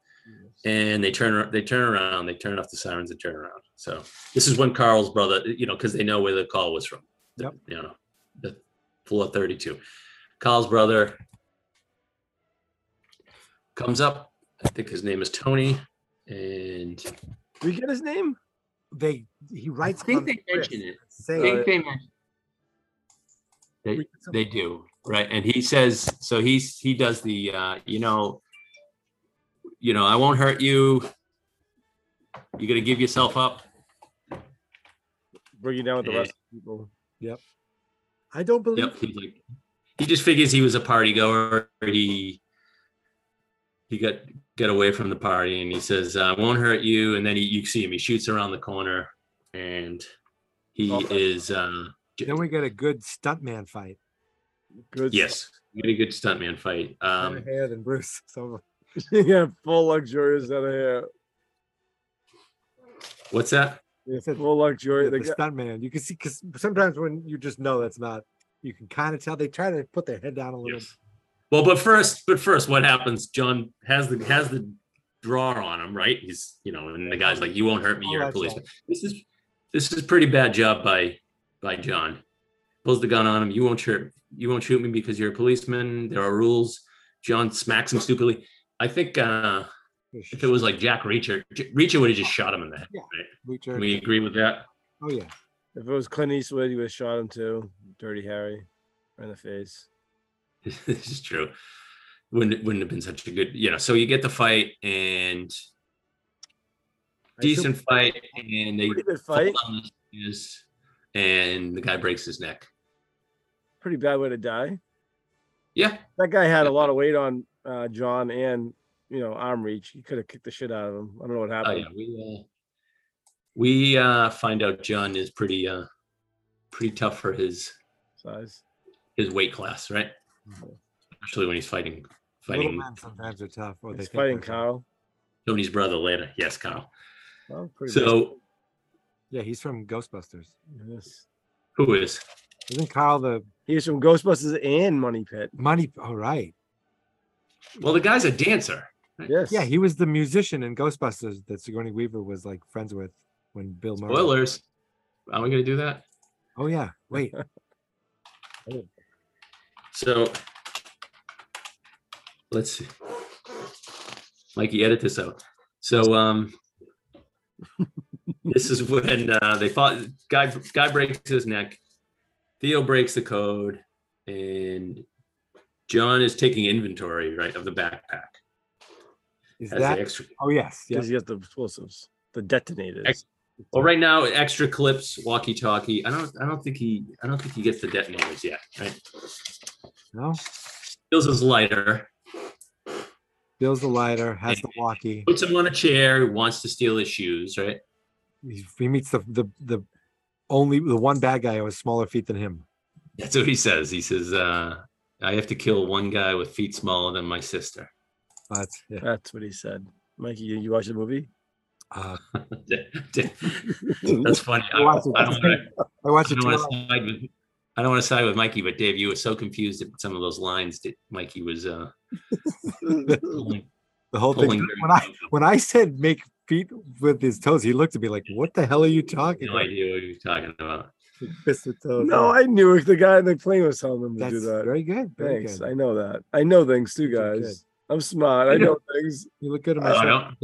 S10: and they turn ar- they turn around. They turn off the sirens and turn around. So this is when Carl's brother, you know, because they know where the call was from.
S8: Yep.
S10: You know, the floor thirty two. Carl's brother comes up. I think his name is Tony, and
S9: We get his name?
S8: they he writes on the script
S10: it.
S8: saying
S9: Alright.
S10: they mention. They,
S8: We-
S10: they do right, and he says so. He's he does the uh, you know, you know, I won't hurt you. You're gonna give yourself up.
S9: Bring you down with the
S10: Yeah.
S9: rest of the people.
S8: I don't believe
S10: Yep, he's like, he just figures he was a party goer. He he got got away from the party, and he says, "I won't hurt you." And then he, you see him. He shoots around the corner, and he is. Uh, j-
S8: then we get a good stuntman fight.
S9: Good
S10: Yes, really good stuntman fight.
S8: Better
S10: Um,
S8: hair than Bruce. So
S9: stuff. yeah, full luxurious out of hair.
S10: what's that?
S8: It's a
S9: little luxury.
S8: The,
S9: They got-
S8: stuntman. You can see because sometimes when you just know that's not, you can kind of tell they try to put their head down a little.
S10: Well, but first, but first, what happens? John has the has the drawer on him, right? He's you know, and the guy's like, "You won't hurt me.
S8: Oh,
S10: You're a
S8: that's right.
S10: policeman." This is this is pretty bad job by by John. Pulls the gun on him. You won't shoot. You won't shoot me because you're a policeman. There are rules. John smacks him stupidly. I think uh if it was like Jack Reacher, J- Reacher would have just shot him in the head.
S8: Yeah.
S10: right?
S8: Reacher.
S10: Can we agree with that?
S8: Oh yeah.
S9: If it was Clint Eastwood, he would have shot him too. Dirty Harry, right in the face.
S10: this is true. Wouldn't wouldn't have been such a good, you know. So you get the fight and decent fight, and they
S9: Pretty good
S10: fall
S9: fight.
S10: down the stairs, and the guy breaks his neck.
S9: Pretty bad way to die.
S10: Yeah.
S9: That guy had a lot of weight on uh, John and you know arm reach. He could have kicked the shit out of him. I don't know what
S10: Oh yeah,
S9: happened.
S10: we uh, we uh, find out John is pretty uh, pretty tough for his
S9: size,
S10: his weight class, right? Especially when he's fighting
S8: Little
S10: fighting
S8: men sometimes are tough. Or they
S9: He's
S8: think they're
S9: fighting
S8: tough.
S9: Kyle.
S10: Tony's brother later. Yes, Kyle.
S9: Well, pretty
S10: So
S8: Yeah, he's from Ghostbusters.
S9: bad. Yes.
S10: who is?
S8: Isn't Kyle the
S9: He's from Ghostbusters and Money Pit.
S8: money? All right.
S10: Well, the guy's a dancer.
S9: Yes.
S8: Yeah, he was the musician in Ghostbusters that Sigourney Weaver was like friends with when Bill Murray.
S10: Spoilers. Are we gonna do that?
S8: Oh yeah. Wait.
S10: So let's see. Mikey, edit this out. So um this is when uh, they fought guy guy breaks his neck. Theo breaks the code and John is taking inventory, right, of the backpack.
S8: Is
S10: As the
S8: that?
S10: extra-
S8: Oh yes.
S9: Because
S8: Yes.
S9: he has the explosives, the detonators.
S10: Ex- Well, right now, extra clips, walkie-talkie. I don't, I don't think he, I don't think he gets the detonators yet. Right?
S8: No.
S10: Steals his lighter,
S8: Bill's the lighter. Has the walkie.
S10: puts him on a chair, wants to steal his shoes. Right?
S8: He, he meets the the the only the one bad guy who has smaller feet than him.
S10: That's what he says. He says, uh, "I have to kill one guy with feet smaller than my sister."
S8: That's yeah.
S9: That's what he said. Mikey, you, you watch the movie?
S8: Uh,
S10: That's funny. I, I
S8: watch
S10: don't
S8: it.
S10: want to.
S8: I watched
S10: I
S8: it
S10: don't want
S8: tomorrow.
S10: to side with. I don't want to side with Mikey, but Dave, you were so confused at some of those lines that Mikey was. Uh, pulling.
S8: the whole thing.
S10: pulling very
S8: When I when I said make feet with his toes, he looked at me like, "What the hell are you talking
S10: no
S8: about?"
S10: idea what you're talking about.
S8: He pissed his toes
S9: No,
S8: off.
S9: I knew it. The guy in the plane was telling him to
S8: Oh, that's
S9: do that.
S8: very good. Very
S9: Thanks.
S8: good.
S9: I know that. I know things too,
S8: Very
S9: guys. I'm smart. I know things.
S8: You look good in my
S10: Oh,
S8: shirt.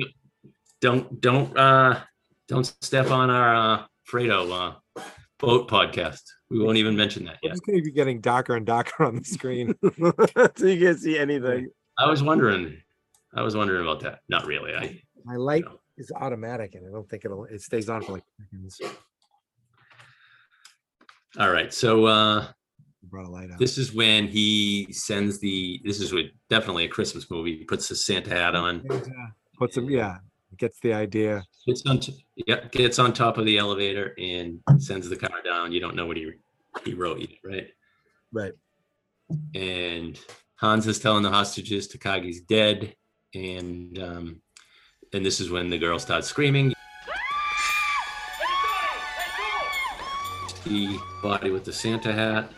S10: don't, don't, don't, uh, don't step on our uh, Fredo uh, boat podcast. We won't even mention that
S8: We're
S10: yet.
S8: just going to be getting darker and darker on the screen.
S9: so you can't see anything.
S10: I was wondering. I was wondering about that. Not really. I
S8: My light is automatic, and I don't think it'll. It stays on for like seconds.
S10: all right. So uh,
S8: Brought a light out.
S10: this is when he sends the. This is what definitely a Christmas movie. He puts the Santa hat on.
S8: And, uh, Put some. Yeah, gets the idea.
S10: Gets on. T- yeah, gets on top of the elevator and sends the car down. You don't know what he he wrote yet, right?
S8: Right.
S10: and Hans is telling the hostages Takagi's dead, and um, and this is when the girl starts screaming. The body with the Santa hat.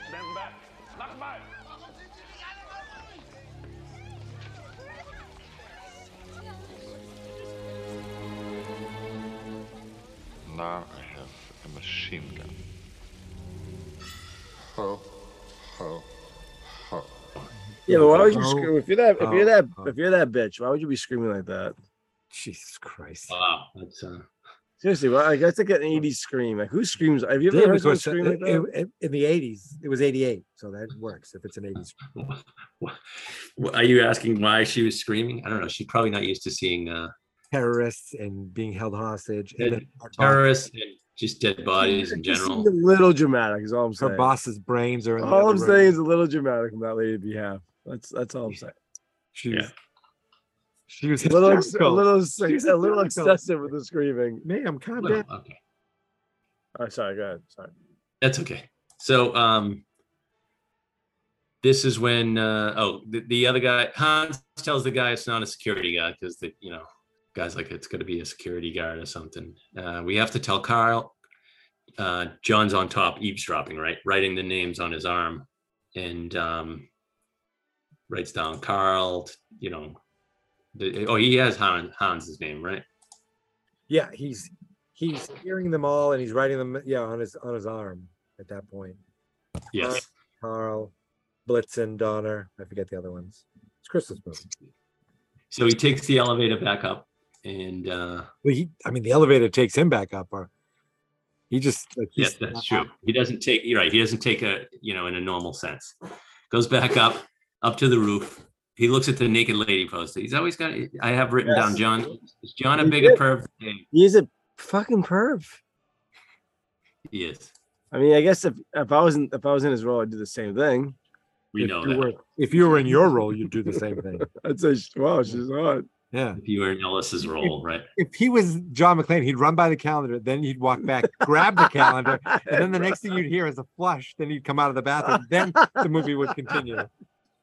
S4: Now I have a machine gun. Ho, ho, ho.
S9: Yeah, but why would you
S8: Oh,
S9: scream if you're that if you're
S8: oh,
S9: that
S8: oh.
S9: if you're that bitch? Why would you be screaming like that?
S8: Jesus Christ.
S10: Wow, that's uh,
S9: Seriously, well, like, that's like an 80s scream. Like who screams? Have you ever
S8: Dave
S9: heard
S8: was going
S9: someone scream
S8: to-
S9: like
S8: it-
S9: that?
S8: it- uh, in the 80s, it was 88. So that works if it's an 80s.
S10: wh- are you asking why she was screaming? I don't know. She's probably not used to seeing uh,
S8: Terrorists and being held hostage. And
S10: Dead
S8: then her boss-
S10: terrorists and just dead bodies in
S9: It just
S10: general.
S9: seemed a little dramatic is all I'm
S8: her
S9: saying.
S8: boss's brains are in the
S9: All
S8: other
S9: I'm
S8: room.
S9: saying is a little dramatic on that lady's behalf. That's that's all I'm saying.
S8: She
S10: Yeah.
S8: was, she was
S9: A little, ex- a
S8: hysterical.
S9: little, ex-
S8: She's
S9: a little
S8: hysterical.
S9: excessive with the screaming.
S8: Ma'am, calm
S10: Well,
S8: down.
S10: okay,
S9: Oh, sorry, go ahead. Sorry.
S10: that's okay. So um, this is when uh, oh the, the other guy Hans tells the guy it's not a security guy because the you know guys like it's going to be a security guard or something. Uh, we have to tell Carl. Uh, John's on top, eavesdropping, right? Writing the names on his arm, and um, writes down Carl. You know, the, oh, he has Han, Hans's name, right?
S8: Yeah, he's he's hearing them all and he's writing them yeah on his on his arm at that point.
S10: Yes.
S8: Carl, Blitzen, Donner. I forget the other ones. It's Christmas movie.
S10: So he takes the elevator back up, and uh,
S8: Well, he, I mean, the elevator takes him back up, or he just like,
S10: yes, that's true. He doesn't take you're right. He doesn't take a you know in a normal sense. Goes back up, up to the roof. He looks at the naked lady poster. He's always got. I have written down
S8: Yes.
S10: John. Is John a
S8: He
S10: bigger
S8: did.
S10: perv? than Dave?
S9: He's a fucking perv.
S10: He is.
S9: I mean, I guess if, if I wasn't if I was in his role, I'd do the same thing.
S10: We know
S9: you
S10: that.
S9: were-
S8: if you were in your role, you'd do the same thing.
S9: I'd say, wow, she's hot.
S8: Yeah.
S10: If you were in Ellis's role, right?
S8: If he was John McClane, he'd run by the calendar, then he'd walk back, grab the calendar, and then the next thing you'd hear is a flush. Then he'd come out of the bathroom. Then the movie would continue.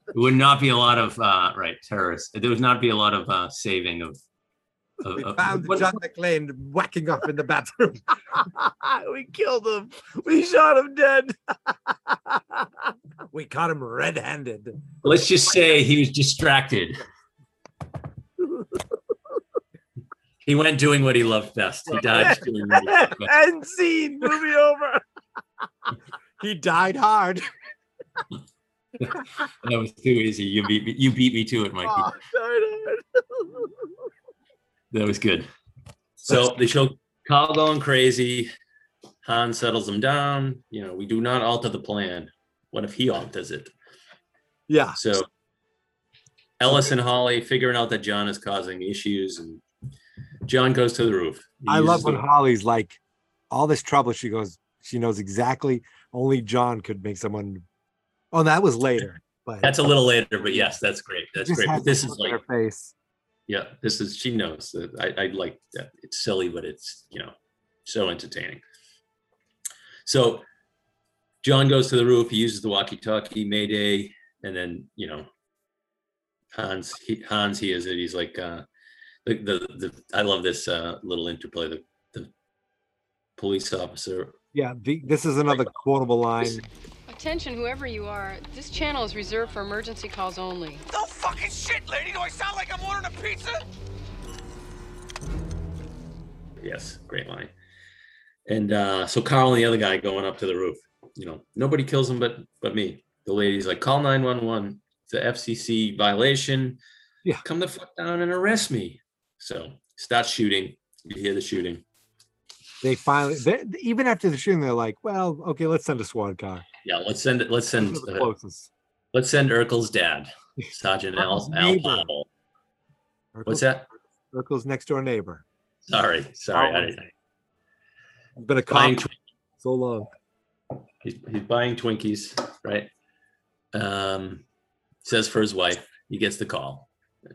S10: It would not be a lot of uh, right terrorists. There would not be a lot of uh, saving of. of,
S8: We
S10: of-
S8: found
S10: Uh, what-
S8: John McClane whacking off in the bathroom.
S9: we killed him. We shot him dead.
S8: we caught him red-handed.
S10: let's just say he was distracted. he went doing what he loved best. He dodged doing what he loved best.
S9: End scene. Movie over.
S8: He died hard.
S10: That was too easy. You beat me. You beat me to it, Mikey.
S9: Oh, died hard.
S10: That was good. So they show Carl going crazy. Han settles him down. You know, we do not alter the plan. What if he alters it?
S8: Yeah.
S10: So Ellis and Holly figuring out that John is causing issues, and John goes to the roof. He
S8: I love
S10: uses
S8: when
S10: the-
S8: Holly's like, all this trouble. She goes, she knows exactly. Only John could make someone. Oh, that was later. But
S10: That's a little later, but yes, that's great. That's
S8: Just
S10: great.
S8: has
S10: But
S8: to
S10: this is
S8: look in
S10: like
S8: her face.
S10: Yeah, this is she knows that I, I like that. It's silly, but it's you know so entertaining. So John goes to the roof. He uses the walkie-talkie, Mayday, and then you know Hans. He, Hans hears it. He's like, uh, the, the the I love this uh, little interplay. The the police officer.
S8: Yeah, the, this is another quotable line.
S6: Attention, whoever you are, this channel is reserved for emergency calls only.
S12: No fucking shit, lady. Do I sound like I'm ordering a pizza?
S10: Yes, great line. And uh, so Carl and the other guy going up to the roof. You know, nobody kills him but but me. The lady's like, call nine one one. It's a FCC violation.
S8: Yeah,
S10: come the fuck down and arrest me. So start shooting. You hear the shooting.
S8: They finally, they, even after the shooting, they're like, well, okay, let's send a squad car.
S10: Yeah, let's send it. Let's send.
S8: Those are the
S10: uh,
S8: closest.
S10: let's send Urkel's dad, Sergeant Al,
S8: Urkel's
S10: Al
S8: neighbor.
S10: Powell. What's
S8: Urkel's-
S10: that?
S8: Urkel's next door neighbor.
S10: Sorry, sorry. I
S8: Powell.
S10: didn't-
S8: He's been a
S10: Buying
S8: cop so long.
S10: He's, he's buying Twinkies, right? Um, says for his wife. He gets the call.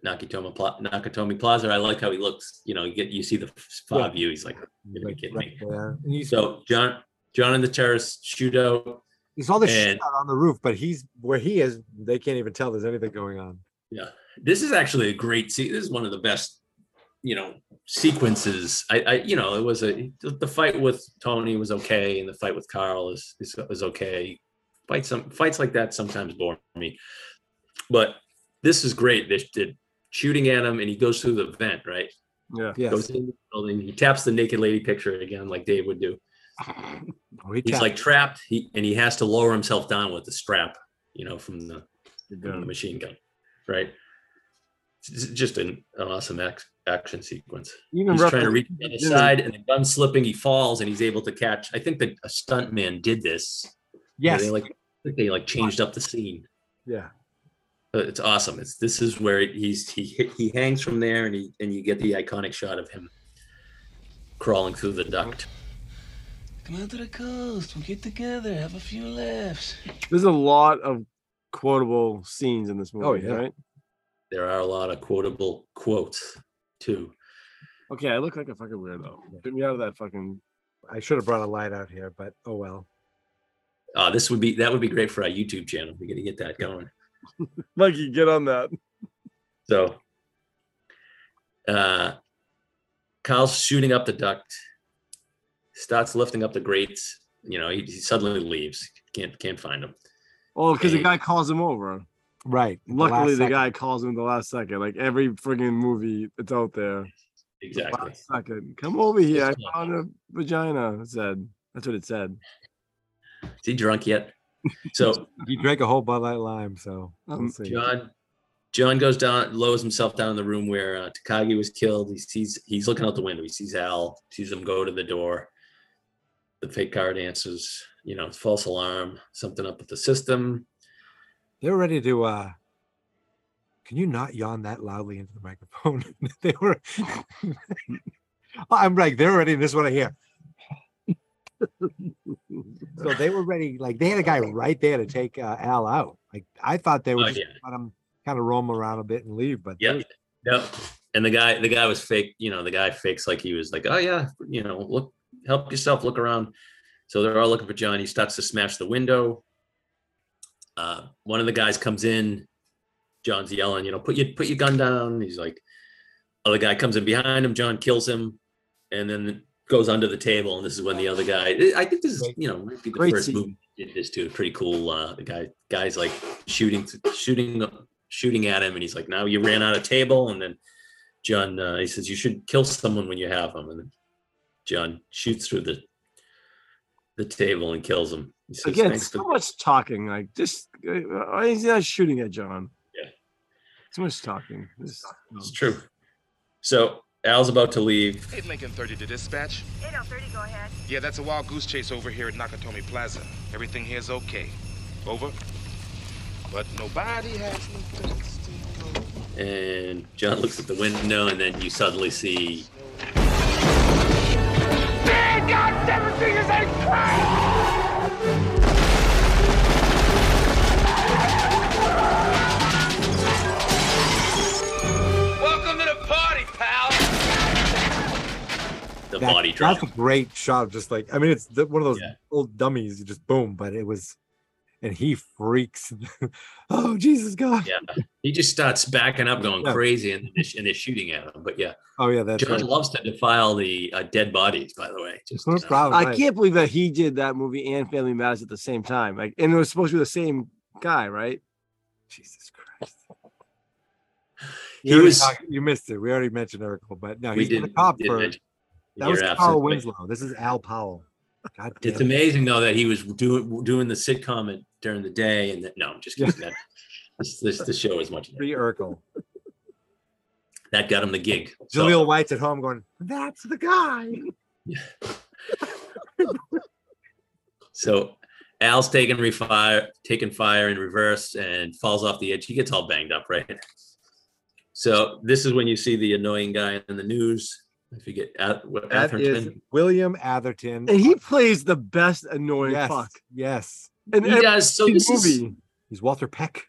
S10: Nakatomi, Pla- Nakatomi Plaza. I like how he looks. You know, you get you see the far view. He's like, "You gotta be kidding me."
S8: Yeah. And he's,
S10: So John, John and the terrorist shootout.
S8: there's all this
S10: and-
S8: shit out on the roof, but he's where he is. They can't even tell there's anything going on.
S10: Yeah, this is actually a great. Se- this is one of the best, you know, sequences. I, I, you know, it was a the fight with Tony was okay, and the fight with Carl is is, is okay. Fight some fights like that sometimes bore me, but this is great. They're, they're shooting at him, and he goes through the vent. Right,
S9: Yeah.
S10: goes in the building. He taps the naked lady picture again, like Dave would do.
S8: Oh, he
S10: He's
S8: tapped.
S10: like trapped, he, and he has to lower himself down with the strap, you know, from the,
S9: Good
S10: from the
S9: job.
S10: machine gun, right? It's just an, an awesome ac- action sequence.
S9: Even
S10: he's trying to
S9: reference-
S10: reach the other
S9: Yeah.
S10: side, and the gun's slipping. He falls, and he's able to catch. I think that a stuntman did this. You know,
S8: Yes.
S10: they like I think they like changed up the scene.
S8: Yeah.
S10: Uh, It's awesome. It's this is where he's he he hangs from there, and he and you get the iconic shot of him crawling through the duct.
S5: Come out to the coast. We'll get together, have a few laughs.
S9: There's a lot of quotable scenes in this movie.
S10: Oh, yeah.
S9: Right?
S10: There are a lot of quotable quotes too.
S9: Okay, I look like a fucking weirdo. Get me out of that fucking.
S8: I should have brought a light out here, but oh well.
S10: Uh, this would be that would be great for our YouTube channel. We got to get that going.
S9: Mikey, get on that.
S10: So, uh, Kyle's shooting up the duct, starts lifting up the grates. You know, he, he suddenly leaves. Can't can't find him.
S9: Oh, because the guy calls him over.
S8: Right. the
S9: Luckily,
S8: last
S9: the,
S8: second.
S9: guy calls him at the last second. Like every friggin' movie that's out there.
S10: Exactly.
S9: Last second. Come over here. I found a vagina. it Said that's what it said.
S10: Is he drunk yet? So
S8: he drank a whole Bud Light lime. So we'll
S10: Um,
S8: see.
S10: John, John goes down, lowers himself down in the room where uh, Takagi was killed. He sees he's looking out the window. He sees Al, sees him go to the door. The fake card answers, you know, false alarm, something up with the system.
S8: they were ready to. uh Can you not yawn that loudly into the microphone? they were. I'm like they're ready. This is what I hear. so they were ready. Like they had a guy right there to take uh, Al out. Like I thought they were
S10: Oh,
S8: just
S10: yeah.
S8: gonna let him kind of roam around a bit and leave, but
S10: Yeah. Yep. And the guy, the guy was fake, you know, the guy fakes like he was like, oh yeah, you know, look, help yourself, look around. So they're all looking for John. He starts to smash the window. Uh, one of the guys comes in. John's yelling, you know, put your put your gun down. He's like, other guy comes in behind him. John kills him, and then goes under the table. And this is when the other guy. I think this is, you know, might be the
S8: Great
S10: first
S8: scene.
S10: movie did this too. Pretty cool. Uh, the guy guys like shooting shooting shooting at him, and he's like, now you ran out of table. And then John uh, he says, you should kill someone when you have them. And then John shoots through the the table and kills him. He says,
S9: Again,
S10: "Thanks for
S9: so much talking. Like just uh, he's not shooting at John.
S10: Yeah.
S9: Too much talking. This-
S10: It's true. So Al's about to leave.
S7: Hey, Lincoln 30 to dispatch. 8030, go ahead. Yeah, that's a wild goose chase over here at Nakatomi Plaza. Everything here's okay. Over. But nobody has no guts to
S10: And John looks at the window, and then you suddenly see
S12: Man, God damn it, Jesus ain't Christ! Welcome to the party, pal.
S10: the
S8: That-
S10: body drop.
S8: That's a great shot. of Just like I mean, it's the, one of those old dummies. You just boom, but it was, and he freaks. oh Jesus God!
S10: Yeah, he just starts backing up, going
S8: Yeah.
S10: crazy, and they're, sh- and they're shooting at him. But yeah,
S8: Oh yeah, that's
S10: John
S8: right.
S10: loves to defile the uh, dead bodies. By the way, just
S8: No problem,
S9: I
S8: right.
S9: can't believe that he did that movie and Family Matters at the same time. Like, and it was supposed to be the same guy, right?
S8: Jesus Christ!
S10: He
S8: You already
S10: was-
S8: talked- you missed it. We already mentioned Oracle, but no,
S10: We
S8: he's been a
S10: didn't-
S8: cop
S10: didn't
S8: for.
S10: mention-
S8: That
S10: You're
S8: was Carl
S10: absolutely right.
S8: Winslow. This is Al Powell. God damn
S10: It's
S8: it.
S10: amazing though that he was doing doing the sitcom at, during the day, and that, no, I'm just kidding. That, this, this the show is much
S8: Free Urkel.
S10: that got him the gig. So-
S8: Jaleel White's at home going, "That's the guy."
S10: So Al's taking refire, taking fire in reverse, and falls off the edge. He gets all banged up, right? So this is when you see the annoying guy in the news. I forget at, what
S8: That is
S10: Atherton.
S8: William Atherton.
S9: And he plays the best annoying
S8: yes,
S9: fuck.
S8: yes,
S9: And
S10: He
S9: every
S10: does, so
S9: fucking
S10: this is-
S9: movie.
S8: he's Walter Peck.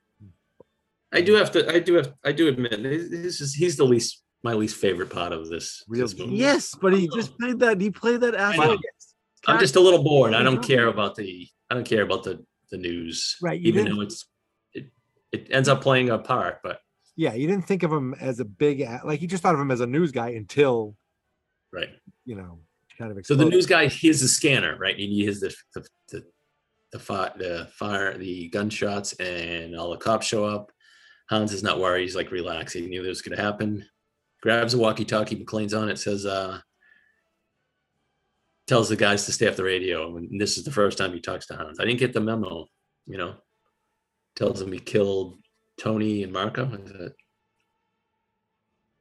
S10: I do have to. I do have. I do admit this this is he's the least my least favorite part of this. Real this movie.
S9: Yes, but he just played that. He played that
S10: know.
S9: asshole.
S10: I'm just a little bored. I
S9: Oh.
S10: don't care about the. I don't care about the the news.
S8: Right, you
S10: Even
S8: didn't-
S10: though it's it, it ends up playing a part, but
S8: Yeah, you didn't think of him as a big a- like you just thought of him as a news guy until
S10: right.
S8: you know kind of.
S10: So the
S8: exploded.
S10: news guy hears the scanner, right? And he hears the the the, the, fire, the fire, the gunshots, and all the cops show up. Hans is not worried. He's like relaxed. He knew this was going to happen. Grabs a walkie-talkie. McLean's on it. Says, uh, tells the guys to stay off the radio. And this is the first time he talks to Hans. I didn't get the memo. You know, tells him he killed Tony and Marco. Is that-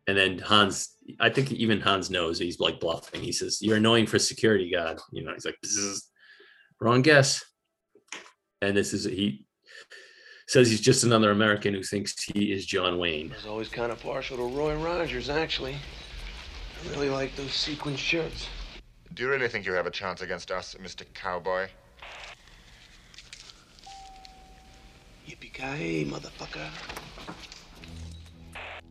S10: and then Hans, I think even Hans knows he's like bluffing. He says, You're annoying for security guard. You know, he's like, This is wrong guess. And this is, he says he's just another American who thinks he is John Wayne.
S3: I was always kind of partial to Roy Rogers, actually. I really like those sequin shirts.
S4: Do you really think you have a chance against us, Mr. Cowboy?
S3: Yippee-ki-yay, motherfucker.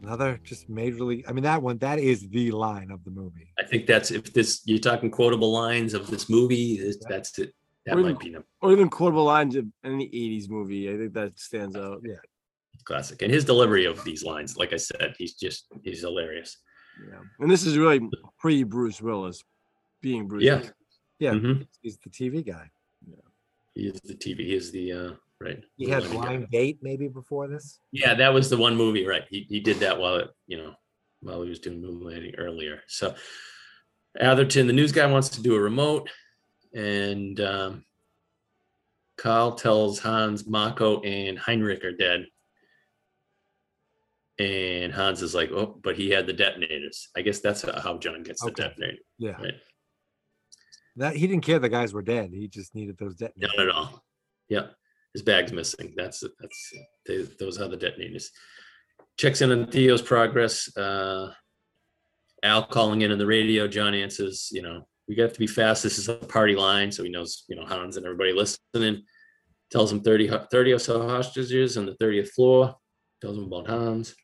S8: another just majorly. I mean that one that is the line of the movie.
S10: I think that's if this, you're talking quotable lines of this movie, this, that's it. That
S9: Wait a
S10: might
S9: minute.
S10: be the
S9: Or even quotable lines of any '80s movie. I think that stands out.
S8: Yeah.
S10: classic. And his delivery of these lines, like I said, he's just, he's hilarious.
S9: And this is really pre Bruce Willis being Bruce.
S10: Yeah.
S9: Willis. Yeah.
S10: Mhm.
S9: He's the TV guy.
S10: He is the TV. He is the uh, right.
S15: He had
S10: Yeah.
S15: blind date maybe before this.
S10: Yeah, that was the one movie, right? He he did that while it, you know, while he was doing moonlighting earlier. So Atherton, the news guy wants to do a remote, and um, Kyle tells Hans Mako and Heinrich are dead. And Hans is like, oh, but he had the detonators. I guess that's how John gets the
S15: Okay.
S10: detonator.
S15: Yeah.
S10: Right.
S15: That he didn't care the guys were dead. He just needed those detonators.
S10: Not at all. Yeah, his bag's missing. That's it. That's it. They, those are the detonators. Checks in on Theo's progress. Uh, Al calling in on the radio. John answers. You know, we got to be fast. This is a party line, so he knows. You know, Hans and everybody listening. Tells him 30, ho- 30 or so hostages on the thirtieth floor. Tells him about Hans.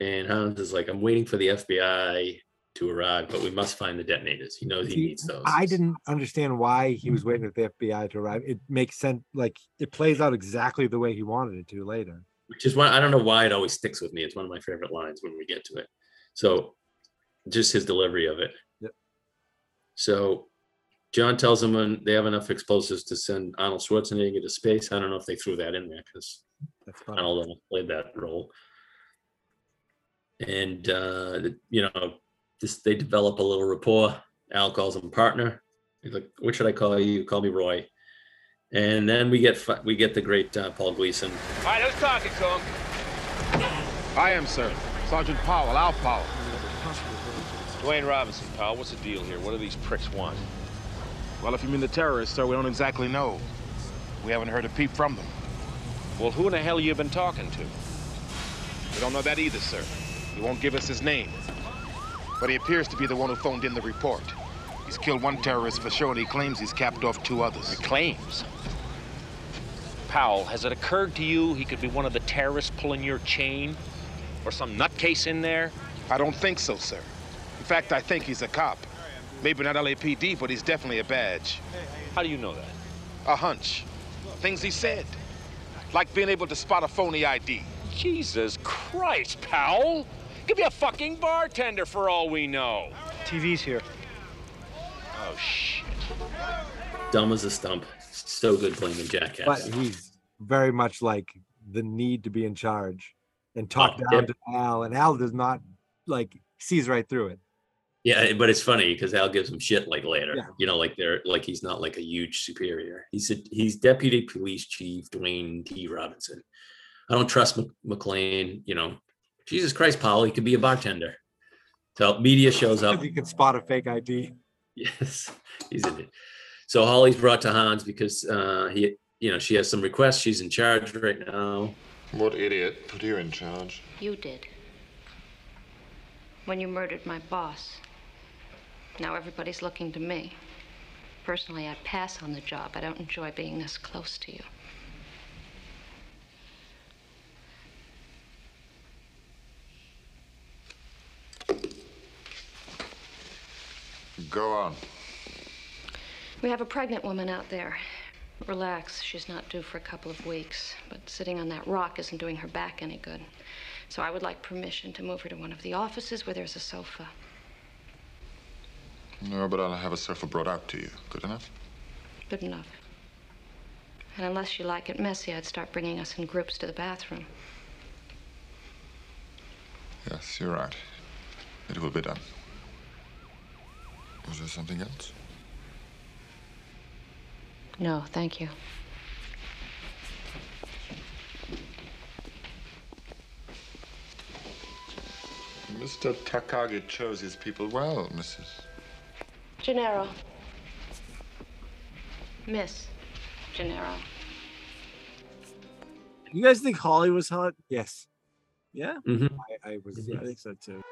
S10: And Hans is like, "I'm waiting for the FBI to arrive, but we must find the detonators. He knows he
S15: See,
S10: needs those."
S15: I didn't understand why he
S10: Mm-hmm.
S15: was waiting for the FBI to arrive. It makes sense. Like it plays out exactly the way he wanted it to later.
S10: which is why I don't know why it always sticks with me. It's one of my favorite lines when we get to it. So, just his delivery of it.
S15: Yep.
S10: So, John tells him when they have enough explosives to send Arnold Schwarzenegger to space. I don't know if they threw that in there because
S15: That's fine.
S10: Arnold played that role. And uh, the- you know, this they develop a little rapport. Al calls him partner. He's like, "What should I call you? Call me Roy." And then we get fi- we get the great uh, Paul Gleason
S7: All right, who's talking, Tom? I am, sir. Sergeant Powell, Al Powell. Dwayne Robinson, Powell, what's the deal here? What do these pricks want? Well, if you mean the terrorists, sir, we don't exactly know. We haven't heard a peep from them. Well, who in the hell you been talking to? We don't know that either, sir. He won't give us his name. But he appears to be the one who phoned in the report. He's killed one terrorist for sure, and he claims he's capped off two others.
S16: Claims. Powell, has it occurred to you he could be one of the terrorists pulling your chain? Or some nutcase in there?
S7: I don't think so, sir. In fact, I think he's a cop. Maybe not LAPD, but he's definitely a badge. How do you know that? A hunch. Things he said. Like being able to spot a phony ID.
S16: Jesus Christ, Powell! Could be a fucking bartender for all we know. TV's here. Oh, shit.
S10: dumb as a stump. So good playing the jackass.
S15: But he's very much like the need to be in charge and talk
S10: Oh,
S15: down
S10: yeah.
S15: to Al. And Al does not like sees right through it.
S10: yeah, but it's funny because Al gives him shit like later.
S15: Yeah.
S10: You know, like they're like he's not like a huge superior. He's a, he's deputy police chief Dwayne T. Robinson. I don't trust Mc- McLean. You know, Jesus Christ, Paul, he could be a bartender. So media shows up.
S15: You can spot a fake ID.
S10: Yes, he's in it. So Holly's brought to Hans because uh, he, you know, she has some requests. She's in charge right now. What idiot put you in charge?
S17: You did. When you murdered my boss. Now everybody's looking to me. Personally, I'd pass on the job. I don't enjoy being this close to you.
S4: Go on.
S17: We have a pregnant woman out there. Relax, she's not due for a couple of weeks, but sitting on that rock isn't doing her back any good. So I would like permission to move her to one of the offices where there's a sofa.
S4: No, but I'll have a sofa brought out to you. Good enough?
S17: Good enough. And unless you like it messy, I'd start bringing us in groups to the bathroom.
S4: Yes, you're right. It will be done. Was there something else?
S17: No, thank you.
S4: Mr. Takagi chose his people well, Mrs.
S17: Gennaro. Miss Gennaro.
S9: You guys think Holly was hot? Yes. Yeah?
S10: Mhm.
S9: I, I was I think so too.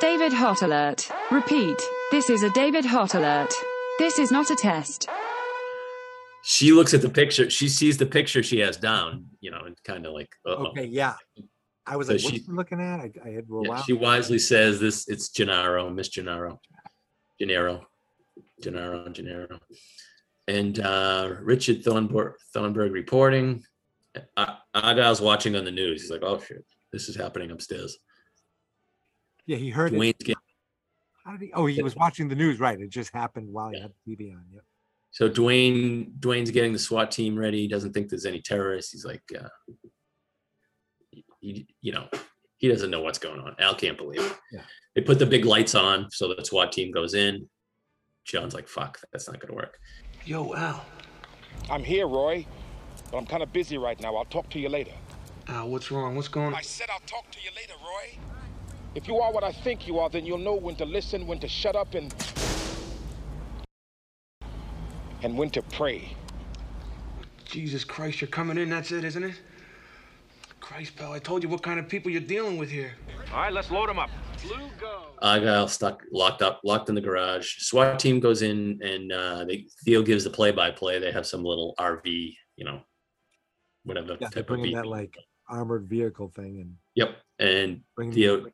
S11: David Hot Alert. Repeat. This is a David Hot Alert. This is not a test.
S10: She looks at the picture. She sees the picture she has down. You know, and kind of like, uh-oh.
S15: Okay, yeah. I was
S10: So
S15: like, what
S10: she-
S15: am I looking at? I, I had rolled
S10: Yeah,
S15: out.
S10: she wisely says this it's Gennaro, Miss Gennaro. Gennaro. Gennaro, Gennaro. And uh, Richard Thornburg, Thornburg reporting. Uh, Argyle's watching on the news. He's like, oh shit, this is happening upstairs.
S8: Yeah, he heard it.
S10: Dwayne's getting
S8: How did he? Oh, he was watching the news. Right, it just happened while he had the TV on. Yep.
S10: so Dwayne Dwayne's getting the SWAT team ready. He doesn't think there's any terrorists. He's like, uh, he, you know, he doesn't know what's going on. Al can't believe it.
S8: Yeah.
S10: They put the big lights on, so the SWAT team goes in. John's like, "Fuck, that's not gonna work."
S7: Yo, Al. I'm here, Roy, but I'm kind of busy right now. I'll talk to you later.
S14: Al, Uh, what's wrong? What's going
S7: I said I'll talk to you later, Roy. If you are what I think you are, then you'll know when to listen, when to shut up, and. and when to pray.
S14: Jesus Christ, you're coming in. That's it, isn't it? Christ, pal, I told you what kind of people you're dealing with here.
S4: All right, let's load him up.
S10: Argyle stuck locked up, locked in the garage. SWAT team goes in and uh, they Theo gives the play-by-play. They have some little RV, you know, whatever
S8: Yeah, they're
S10: type of
S8: bringing
S10: vehicle.
S8: that like armored vehicle thing and
S10: Yep. And
S8: Bring the-
S10: Theo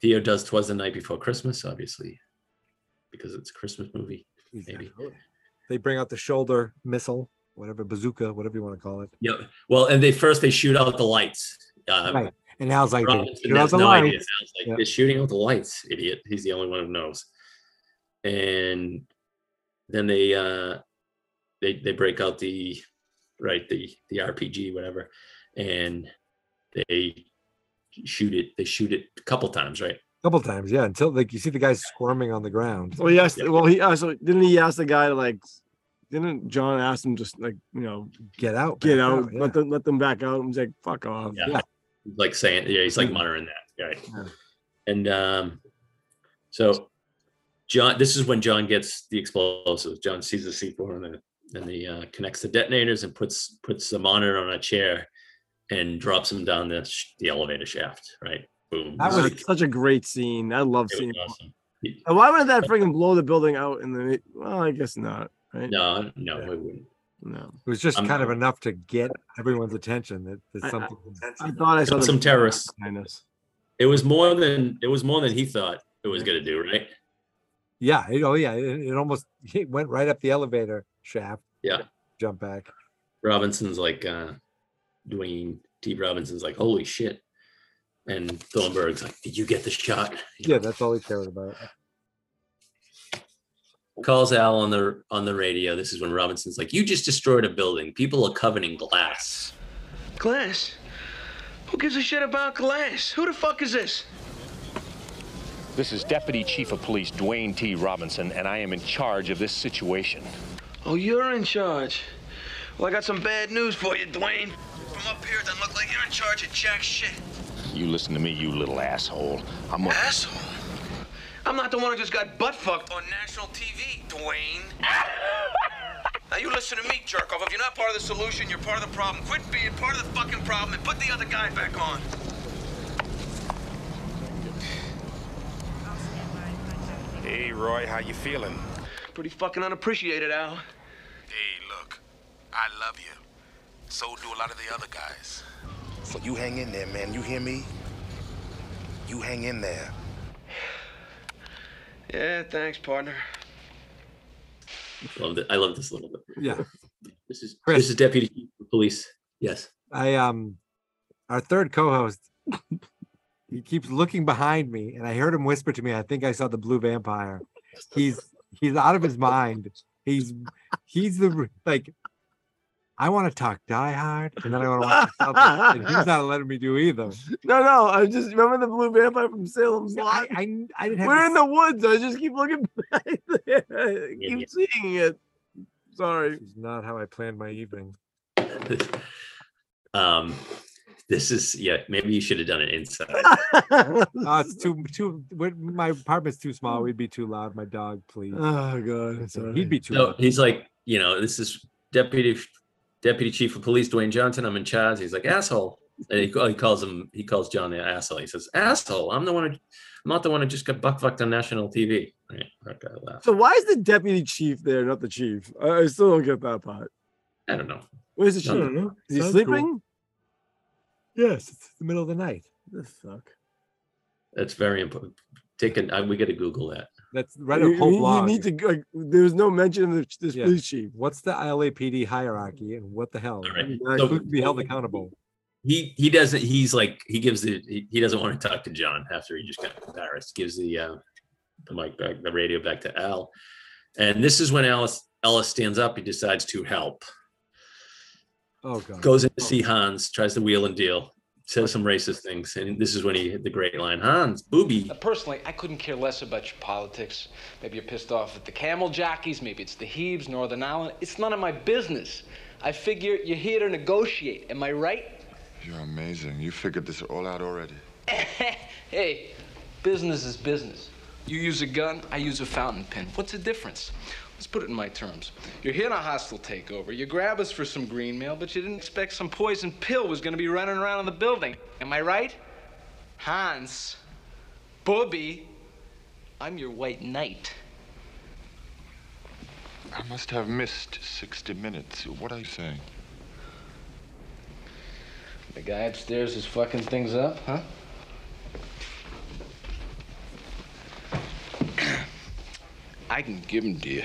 S10: Theo does Twas the Night Before Christmas, obviously, because it's a Christmas movie. Maybe.
S8: they bring out the shoulder missile, whatever bazooka, whatever you want to call it.
S10: Yep. Well, and they first they shoot out the lights. Um,
S8: Right. And Al's like,
S10: Robinson
S8: "Shoot out
S10: has
S8: the
S10: no idea.
S8: lights."
S10: Al's like, They're shooting out the lights, idiot. He's the only one who knows. And then they uh they they break out the right the the RPG whatever, and they shoot it. They shoot it a couple times, right?
S8: couple times, yeah, until like you see the guy squirming on the ground.
S9: Well, yes. Well, he also didn't he ask the guy to like, didn't John ask him just like you know
S8: get out,
S9: get
S8: back
S9: out,
S8: out,
S9: let them let them back out? And he's like, fuck off.
S10: Yeah. He's like saying, yeah, he's like muttering that, right? And um, so John, this is when John gets the explosives. John sees the C four and the and the uh, connects the detonators and puts puts the monitor on a chair and drops him down the sh- the elevator shaft, right? Boom.
S9: That was such a great scene. I love
S10: It was
S9: seeing.
S10: awesome.
S9: And why wouldn't that freaking blow the building out? And then, it, well, I guess not. Right?
S10: No, no, it wouldn't.
S9: No.
S8: It was just kind of enough to get everyone's attention that
S9: I-
S8: there's
S9: I-
S8: something.
S9: I thought I saw the-
S10: some terrorists.
S9: behind us.
S10: It was more than it was more than he thought it was gonna do, right?
S8: Yeah. It, oh, yeah. It, it almost it went right up the elevator shaft.
S10: Yeah.
S8: Jump back.
S10: Robinson's like uh Dwayne T. Robinson's like, holy shit. And Thornburg's like, Did you get the shot?
S8: Yeah, that's all he cared about.
S10: Calls Al on the on the radio. This is when Robinson's like, You just destroyed a building. People are covered in glass.
S14: Glass? Who gives a shit about glass? Who the fuck is this?
S4: This is Deputy Chief of Police Dwayne T. Robinson, and I am in charge of this situation.
S14: Oh, you're in charge. Well, I got some bad news for you, Dwayne. From up here, it doesn't look like you're in charge of jack shit.
S4: You listen to me, you little asshole. I'm a.
S14: Asshole. I'm not the one who just got butt fucked on national TV, Dwayne. now you listen to me, jerk off. If you're not part of the solution, you're part of the problem. Quit being part of the fucking problem and put the other guy back on.
S7: Hey, Roy, how you feeling?
S14: Pretty fucking unappreciated, Al.
S7: Hey, look, I love you. So do a lot of the other guys.
S18: So you hang in there, man. You hear me? You hang in there.
S14: Yeah, thanks, partner.
S10: Loved it. I love this a little bit.
S8: Yeah.
S10: This is
S8: Chris.
S10: this is Deputy Chief of Police. Yes.
S8: I um our third co-host he keeps looking behind me and I heard him whisper to me I think I saw the blue vampire. He's he's out of his mind. He's he's the r- like I want to talk Die Hard and then I want to watch the Celtics, and he's not letting me do either.
S9: No, no. I just remember the blue vampire from Salem's Lot.
S8: I, I, didn't have
S9: We're
S8: to-
S9: in the woods. I just keep looking back there. I keep
S8: Idiot.
S9: seeing it. Sorry.
S8: This is not how I planned my evening.
S10: Um this is yeah, maybe you should have done it inside.
S8: oh, it's too too we're- my apartment's too small. We'd be too loud. My dog, please.
S9: Oh god.
S8: He'd be too
S10: So he's like, you know, this is deputy deputy chief of police Dwayne Johnson. I'm in charge. He's like asshole, and he, ca- he calls him. He calls John the asshole. He says asshole. I'm the one. Who, I'm not the one who just got buck fucked on national TV. Right? That guy laughed.
S9: So why is the deputy chief there, not the chief? I, I still don't get that part.
S10: I don't know.
S9: Where's the
S10: I don't
S9: chief?
S10: know.
S9: Is he
S10: Sounds cool.
S9: sleeping?
S8: Yes, it's the middle of the night.
S9: This suck.
S10: That's very important. Take an. I, we got to Google that.
S8: That's right.
S9: You-
S8: A whole
S9: you-
S8: blog.
S9: You need to. go- Like, there was no mention of the- this
S8: Yeah.
S9: police chief.
S8: What's the LAPD hierarchy and what the hell?
S10: right.
S8: Who
S10: So-
S8: could be held accountable?
S10: he he doesn't. He's like he gives the he, he doesn't want to talk to John after he just got embarrassed. Gives the uh, the mic back, the radio back to Al, and this is when Alice Ellis stands up. He decides to help.
S15: Oh god.
S10: Goes in to see Hans. Tries to wheel and deal. Says some racist things, and this is when he hit the great line. Hans, booby.
S12: Uh, Personally, I couldn't care less about your politics. Maybe you're pissed off at the camel jockeys, maybe it's the Hebes, Northern Ireland. It's none of my business. I figure you're here to negotiate. Am I right?
S4: You're amazing. You figured this all out already.
S12: Hey, business is business. You use a gun, I use a fountain pen. What's the difference? Let's put it in my terms. You're here in a hostile takeover. You grab us for some green mail, but you didn't expect some poison pill was going to be running around in the building. Am I right? Hans, Booby, I'm your white knight.
S4: I must have missed 60 minutes. What are you saying?
S12: The guy upstairs is fucking things up, huh? I can give him to you.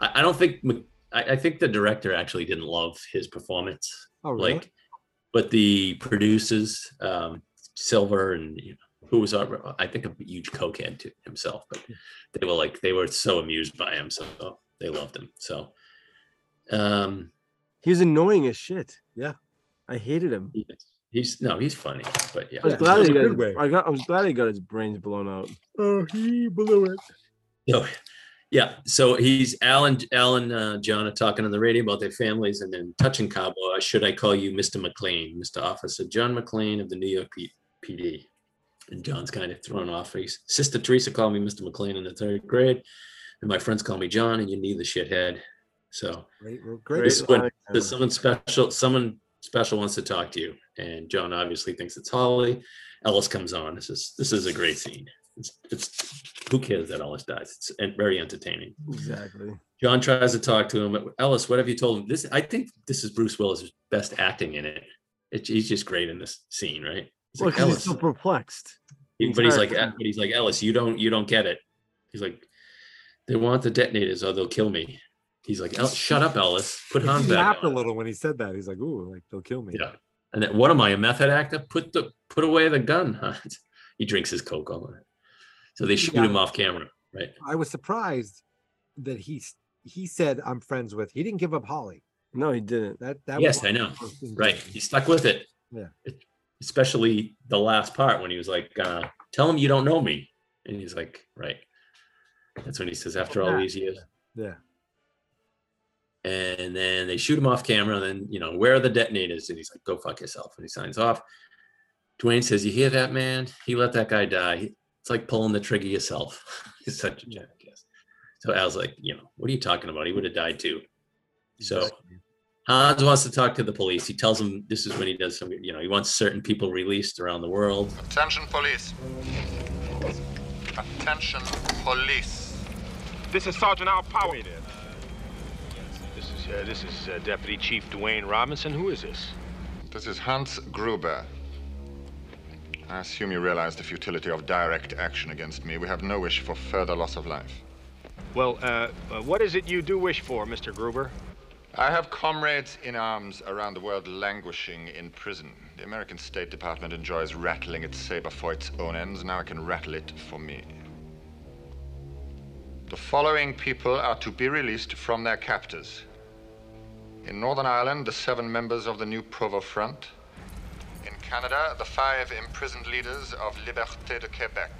S10: I, I don't think Mc- I, I think the director actually didn't love his performance.
S15: Oh, really?
S10: Like, but the producers, um, Silver and you know, who was our, I think a huge cokehead to himself, but they were like they were so amused by him, so they loved him. So um,
S9: He was annoying as shit. Yeah, I hated him.
S10: he's no, he's funny, but yeah,
S9: I was glad
S10: It's a
S9: he got.
S10: good way.
S9: his- I got. I was glad he got his brains blown out. Oh, he blew it.
S10: So, yeah. So he's Alan, Alan, uh, John are talking on the radio about their families and then touching Cabo. uh, Should I call you Mr. McLean, Mr. Officer John McLean of the New York P- PD? And John's kind of thrown off. He's, Sister Teresa called me Mr. McLean in the third grade, and my friends call me John, and you need the shithead. So
S15: Great,
S10: this is when there's someone special, someone special wants to talk to you, and John obviously thinks it's Holly. Ellis comes on. This is this is a great scene. It's, it's who cares that Ellis dies? It's en- very entertaining.
S9: Exactly.
S10: John tries to talk to him. Ellis, what have you told him? This I think this is Bruce Willis' best acting in it. It- he's just great in this scene, right? He's
S9: Well,
S10: like,
S9: 'cause he's
S10: Ellis,
S9: so perplexed.
S10: he- but he's
S9: tired.
S10: like, "Eh," but he's like Ellis, you don't, you don't get it. He's like, they want the detonators or they'll kill me. He's like, "El- shut up, Ellis. Put
S15: He
S10: Hans back. on."
S15: laughed a little when he said that. He's like, "Ooh, like they'll kill me."
S10: Yeah. And then, what am I, a method actor? Put the put away the gun. Huh? he drinks his coke all night. So they shoot
S15: Yeah.
S10: him off camera, right?
S15: I was surprised that he s- he said, "I'm friends with." He didn't give up Holly.
S9: No, he didn't.
S15: That that
S10: yes,
S15: was-
S10: I know. Right. He stuck with it.
S15: Yeah.
S10: Especially the last part when he was like, uh, tell him you don't know me. And he's like, right. That's when he says, after all
S15: Yeah.
S10: these years.
S15: Yeah.
S10: And then they shoot him off camera. And then, you know, where are the detonators? And he's like, go fuck yourself. And he signs off. Dwayne says, you hear that, man? He let that guy die. He- It's like pulling the trigger yourself. he's such a jackass. So Al's like, you know, what are you talking about? He would have died too. So Hans wants to talk to the police. He tells them this is when he does some, you know, he wants certain people released around the world.
S13: Attention, police. Attention, police.
S7: This is Sergeant Al Power. This is, uh, this is uh, Deputy Chief Dwayne Robinson. Who is this?
S4: This is Hans Gruber. I assume you realize the futility of direct action against me. We have no wish for further loss of life.
S19: Well, uh, uh, what is it you do wish for, Mr. Gruber?
S4: I have comrades in arms around the world languishing in prison. The American State Department enjoys rattling its saber for its own ends. Now I can rattle it for me. The following people are to be released from their captors. In Northern Ireland, the seven members of the new Provo Front. In Canada, the five imprisoned leaders of Liberté de Québec.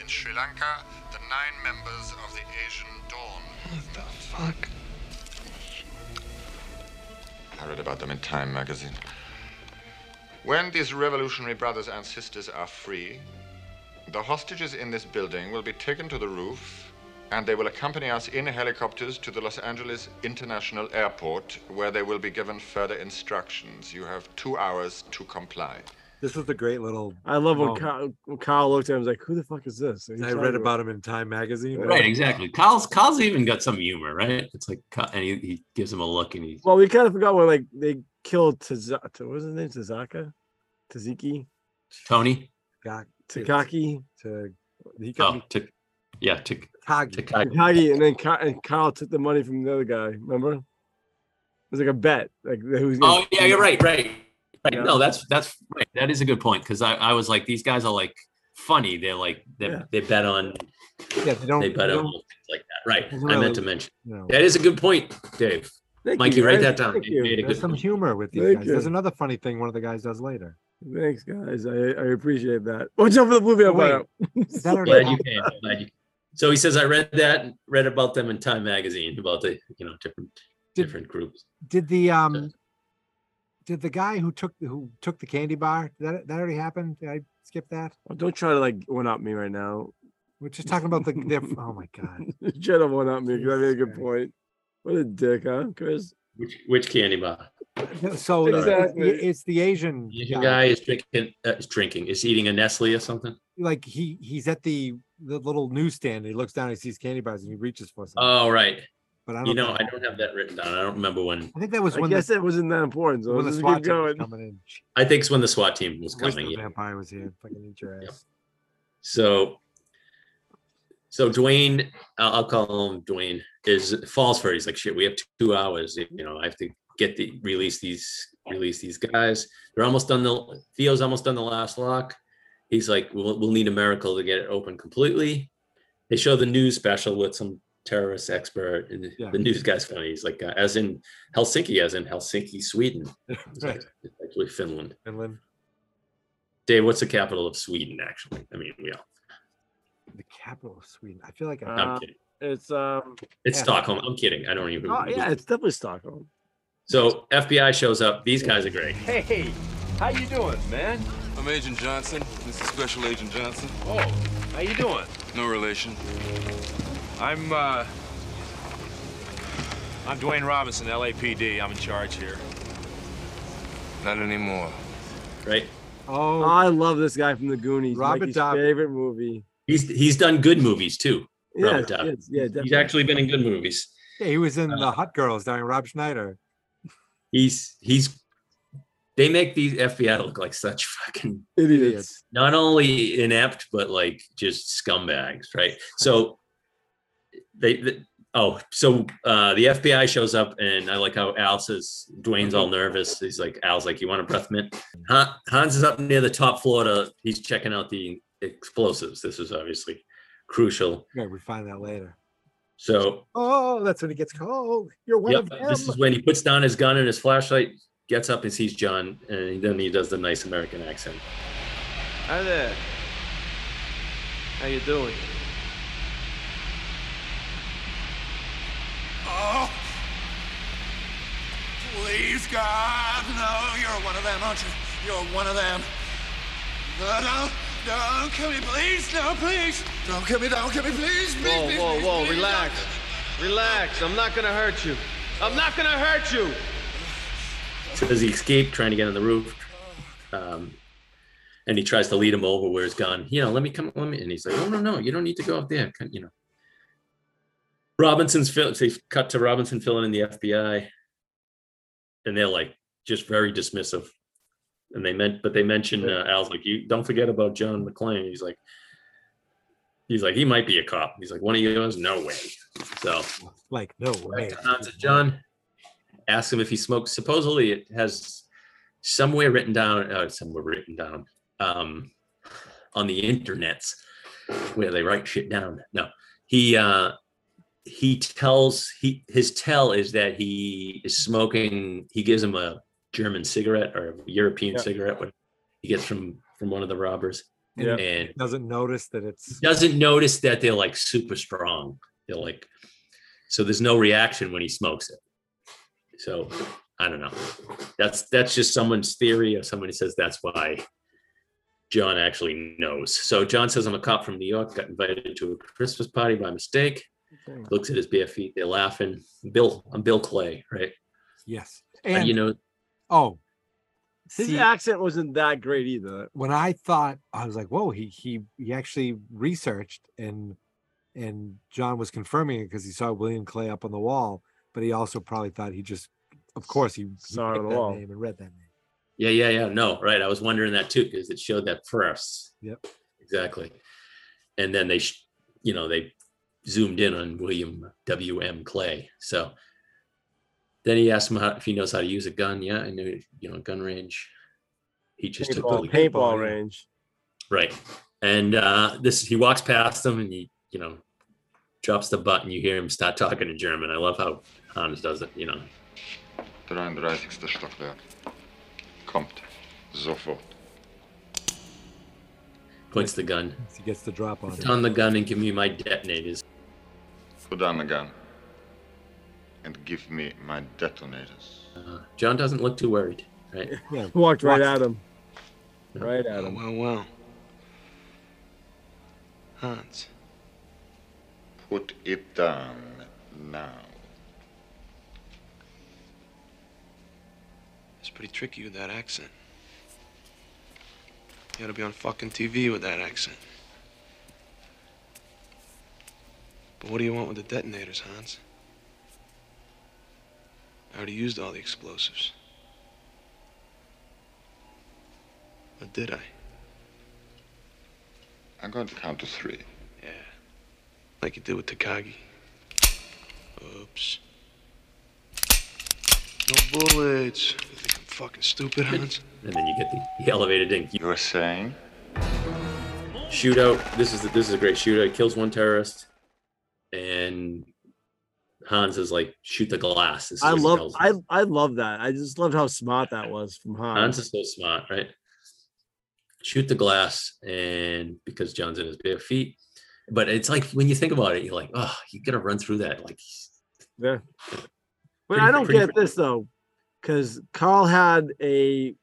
S4: In Sri Lanka, the nine members of the Asian Dawn. What the fuck? I read about them in Time magazine. When these revolutionary brothers and sisters are free, the hostages in this building will be taken to the roof and they will accompany us in helicopters to the Los Angeles International Airport where they will be given further instructions. You have two hours to comply.
S15: This was the great little.
S9: I love when
S15: moment.
S9: Kyle, when Kyle looked at him. I was like, "Who the fuck is this?"
S15: I read about him in Time magazine.
S10: Right, exactly. Kyle's Kyle's even got some humor, right? It's like, Kyle- and he, he gives him a look, and he
S9: Well, we kind of forgot when like they killed Tazaka. What was his name? Tazaka, Taziki,
S10: Tony.
S9: Takaki,
S15: To he
S10: Oh, to, yeah, to
S9: Takagi, and then Ky- and Kyle took the money from the other guy. Remember? was like a bet. Like who's gonna-
S10: Oh yeah, you're right, right. right.
S9: Yeah.
S10: No, that's that's right. that is a good point because I, I was like these guys are like funny. They're like they
S8: Yeah.
S10: they bet on
S8: Yeah, they don't.
S10: they bet
S8: they
S10: on
S8: don't-
S10: little things like that. Right.
S8: Doesn't
S10: I
S8: really-
S10: meant to mention.
S8: no.
S10: That is a good point, Dave.
S8: Thank
S10: Mikey,
S8: you,
S10: write
S8: guys.
S10: that down.
S8: Thank
S10: You made a
S8: you.
S10: good
S8: There's some
S10: point.
S8: humor with these
S9: Thank
S8: guys. There's
S9: you.
S8: another funny thing one of the guys does later.
S9: Thanks, guys. I, I appreciate that. Watch out for the blue bear.
S8: Wait,
S9: bio.
S8: Is that already
S10: Glad you came. Glad you- So he says I read that read about them in Time magazine about the you know different different groups.
S8: Did the um did the guy who took who took the candy bar did that that already happened? Did I skip that?
S9: Oh, don't try to like one up me right now.
S8: We're just talking about the, the oh my god.
S9: Try to one up me because I made a good point. What a dick, huh, Chris?
S10: Which which candy bar?
S8: No, So it's, it's,
S9: Exactly.
S8: the- it's the Asian
S10: Asian guy is drinking uh, is drinking is eating a Nestle or something.
S8: Like he he's at the the little newsstand. And he looks down. He sees candy bars and he reaches for some.
S10: Oh right.
S8: But I
S10: you
S8: don't
S10: know
S8: think-
S10: I don't have that written down. I don't remember when.
S8: I think that was
S9: I
S8: when
S9: guess
S8: the,
S9: it wasn't that important. So
S8: when the
S9: let's just
S8: SWAT
S9: keep
S8: team was
S9: going.
S8: coming in.
S10: I think it's when the SWAT team was
S8: Wish the
S10: coming. Yeah.
S8: vampire was here. Fucking eat your ass.
S10: So, so Dwayne, I'll I'll call him Dwayne, is falls for. it. He's like, shit, we have two hours. You know, I have to get the release these release these guys. They're almost done. The Theo's almost done the last lock. He's like, we'll, we'll need a miracle to get it open completely. They show the news special with some terrorist expert, and the- the news guy's funny. He's like, uh, as in Helsinki, as in Helsinki, Sweden. It's
S8: Right.
S10: act- it's actually Finland.
S8: Finland.
S10: Dave, what's the capital of Sweden? Actually, I mean, we all.
S8: The capital of Sweden. I feel like I,
S10: I'm kidding.
S9: It's um.
S10: It's
S9: yeah.
S10: Stockholm. I'm kidding. I don't even.
S9: Oh yeah, it's definitely Stockholm.
S10: So FBI shows up. These guys are great.
S7: Hey, how you doing, man?
S20: I'm Agent Johnson. This is Special Agent Johnson.
S7: Oh, how you doing?
S20: No relation.
S7: I'm uh I'm Dwayne Robinson, LAPD. I'm in charge here.
S20: Not anymore.
S10: Right.
S8: Oh,
S9: I love this guy from the Goonies.
S8: Robert
S9: Mikey's
S8: Dob-
S9: favorite movie.
S10: He's he's done good movies too.
S9: Yes,
S10: Robert Downey.
S9: yes, yeah,
S10: he's
S9: definitely.
S10: actually been in good movies.
S8: yeah, he was in
S10: uh,
S8: the Hot Girls starring Rob Schneider.
S10: He's he's they make these FBI look like such fucking
S9: idiots.
S10: Not only inept, but like just scumbags, right? So they, they oh, so uh the FBI shows up and I like how Al says Dwayne's all nervous. He's like, Al's like, you want a breath mint? Han, Hans is up near the top floor to he's checking out the explosives. This is obviously crucial.
S8: Yeah, we find that later.
S10: So
S8: Oh, that's when he gets cold. You're one
S10: Yep,
S8: of them.
S10: this is when he puts down his gun and his flashlight, gets up and sees John, and then he does the nice American accent.
S14: Hi there. How you doing?
S4: Oh! Please, God, no, you're one of them, aren't you? You're one of them. No, no, don't kill me, please, no, please. Don't kill me, don't kill me, please, please,
S14: Whoa,
S4: please,
S14: whoa,
S4: please,
S14: whoa,
S4: please,
S14: relax. Relax. I'm not gonna hurt you. I'm not gonna hurt you.
S10: So does he escape, trying to get on the roof? Um, and he tries to lead him over where his gun. You know, let me come, let me. And he's like, "Oh no, no, you don't need to go up there." Come- You know, Robinson's fill. So he's cut to Robinson filling in the FBI, and they're like just very dismissive. And they meant, but they mention uh, Al's like, "You don't forget about John McClane." He's like, he's like, he might be a cop. He's like, one of yours? No way. So
S8: Like, no way.
S10: Hans and John ask him if he smokes. Supposedly, it has somewhere written down, uh, somewhere written down um, on the internets where they write shit down. No, he uh, he tells he his tell is that he is smoking. He gives him a German cigarette or a European
S8: Yeah.
S10: cigarette. What he gets from from one of the robbers,
S8: Yeah.
S10: and
S8: Doesn't notice that it's
S10: doesn't notice that they're like super strong. They're like, so there's no reaction when he smokes it. So I don't know. That's that's just someone's theory, or somebody says that's why John actually knows. So John says, "I'm a cop from New York. Got invited to a Christmas party by mistake." Looks at his bare feet. They're laughing. Bill, I'm Bill Clay, right?
S8: yes.
S10: How do you
S8: And-
S10: know,
S8: Oh,
S9: His
S8: See-
S9: accent wasn't that great either.
S8: when I thought I was like, whoa, he he he actually researched and and John was confirming it because he saw William Clay up on the wall, but he also probably thought he just, of course, he, he
S9: Saw it on
S8: picked
S9: the
S8: that
S9: wall.
S8: name and read that name.
S10: Yeah, yeah, yeah. No, right. I was wondering that too because it showed that first.
S8: Yep.
S10: Exactly. And then they, sh- you know, they zoomed in on William W. M. Clay. So Then he asked him how, if he knows how to use a gun. Yeah, I knew, you know, gun range. He just
S9: Paintball,
S10: took the
S9: paintball range.
S10: Right. And uh, this he walks past them and he, you know, drops the button. You hear him start talking in German. I love how Hans does it, you know.
S4: 33. Stockwerk. Kommt. Sofort.
S10: Points the gun.
S8: He gets the drop on
S10: Put
S8: it.
S10: down the gun and give me my detonators.
S4: Put down the gun. And give me my detonators.
S10: John doesn't look too worried, right?
S9: Yeah, walked right at him. Right at him.
S3: Well, well. Hans.
S4: Put it down now.
S3: It's pretty tricky with that accent. You ought to be on fucking TV with that accent. But what do you want with the detonators, Hans? I already used all the explosives. Or did I?
S4: I'm going to count to three.
S3: Yeah. Like you did with Takagi. Oops. No bullets. You think I'm fucking stupid, Hans?
S10: And then you get the, the elevated ink.
S4: You were saying?
S10: Shootout. This is this is a great shootout. Kills one terrorist, and Hans is like, shoot the glass. This is
S9: I
S10: what he
S9: love
S10: tells him.
S9: I I love that. I just loved how smart that was from
S10: Hans
S9: Hans.
S10: is so smart, right? Shoot the glass, and because John's in his bare feet, but it's like when you think about it, you're like, oh, you gotta run through that. Like,
S9: Yeah. But
S10: Pretty-
S9: I don't
S10: pretty
S9: get this though, because Carl had a,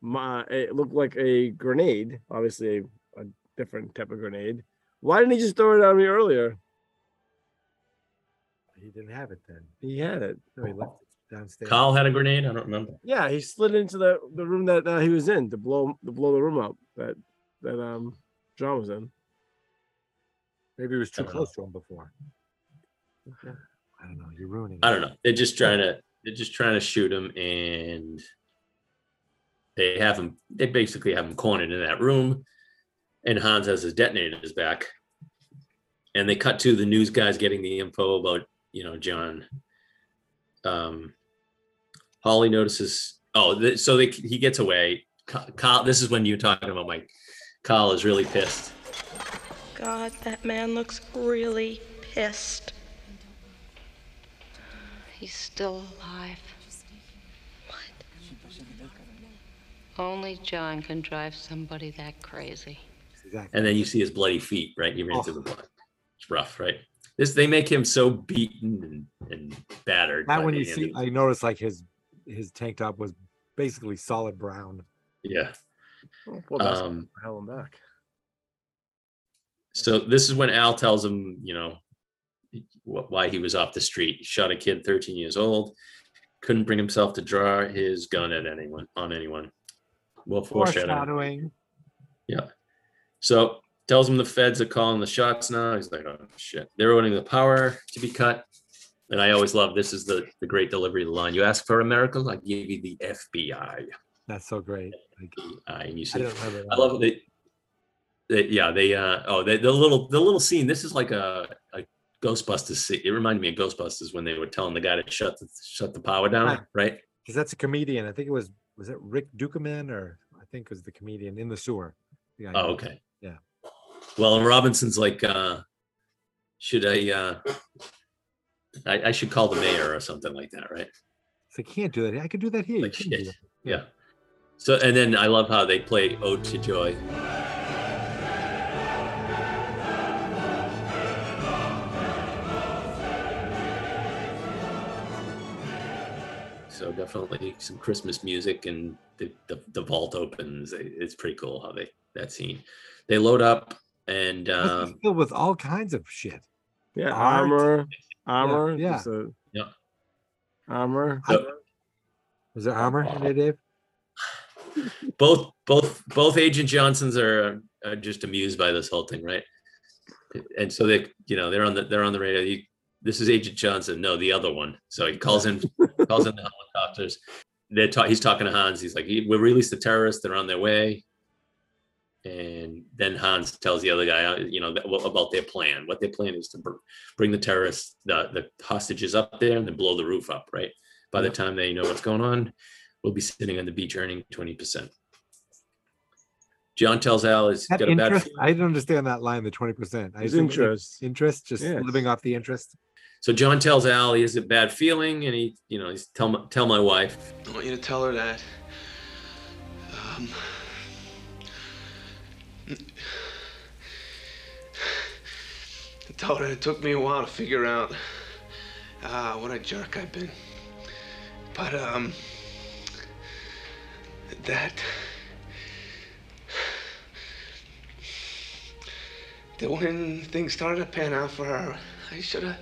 S9: my, it looked like a grenade, obviously a, a different type of grenade. Why didn't he just throw it at me earlier?
S8: He didn't have it then.
S9: He had it.
S8: No, he left it downstairs.
S10: Kyle had a grenade. I don't remember.
S9: Yeah, he slid into the, the room that uh, he was in to blow to blow the room up that that um John was in.
S8: Maybe he was too
S10: don't
S8: close to him before. I don't know. You're ruining.
S10: I don't know. They're just trying to they're just trying to shoot him, and they have him. They basically have him cornered in that room, and Hans has his detonators back. And they cut to the news guys getting the info about you know John. Um, Holly notices. Oh, th- so they, he gets away. Ca- Kyle, this is when you're talking about Mike. Kyle is really pissed.
S21: God, that man looks really pissed.
S17: He's still alive. What? Only John can drive somebody that crazy.
S10: and then you see his bloody feet, right? You ran through the blood. It's rough, right? This they make him so beaten and, and battered.
S8: That
S10: by
S8: when
S10: the
S8: you
S10: end
S8: see,
S10: of-
S8: I noticed like his his tank top was basically solid brown.
S10: yeah.
S9: Well, that's
S10: Um,
S9: hell and back.
S10: so this is when Al tells him, you know, wh- why he was off the street. He shot a kid 13 years old, couldn't bring himself to draw his gun at anyone on anyone. Well, foreshadowing. Yeah. So tells him the feds are calling the shots now. He's like, oh shit. They're ordering the power to be cut. And I always love this is the, the great delivery of the line. You ask for a miracle, I give you the FBI.
S8: That's so great.
S10: Uh, and you
S8: I
S10: see,
S8: don't remember.
S10: I love it. They, they- yeah, they uh oh they, the little the little scene. This is like a, a Ghostbusters. Scene. It reminded me of Ghostbusters when they were telling the guy to shut the shut the power down, right?
S8: because that's a comedian. I think it was was it Rick Dukeman or I think it was the comedian in the sewer. The guy
S10: Oh,
S8: who-
S10: okay.
S8: Yeah.
S10: Well, and Robinson's like, uh, should I, uh, I, I should call the mayor or something like that, right?
S8: So I can't do that. I could do that here. you couldn't do that.
S10: Yeah. So, and then I love how they play Ode to Joy. So definitely some Christmas music and the, the, the vault opens. It- It's pretty cool how they, that scene. They load up and,
S8: This is
S10: um,
S8: filled with all kinds of shit.
S9: Yeah,
S8: Art.
S9: armor, armor.
S8: yeah.
S9: just a-
S10: Yeah.
S9: armor.
S8: Was there armor in there, Dave?
S10: both both both agent johnsons are, are just amused by this whole thing right and so they you know they're on the they're on the radio you, this is agent johnson no the other one so he calls in calls in the helicopters they're ta- he's talking to hans he's like we'll release the terrorists they're on their way and then hans tells the other guy uh, you know that, well, about their plan what their plan is to br- bring the terrorists the, the hostages up there and then blow the roof up right By the time they know what's going on, we'll be sitting on the beach earning 20%. John tells Al he's
S8: That
S10: got a bad
S8: interest, I didn't understand that line, the 20%. I
S10: It's
S8: assume
S10: interest.
S8: Interest, just
S10: Yes.
S8: living off the interest.
S10: So John tells Al he has a bad feeling, and he, you know, he's tell my, tell my wife.
S3: I want you to tell her that. Um, tell her it took me a while to figure out ah what a jerk I've been. But um, that that when things started to pan out for her, I should have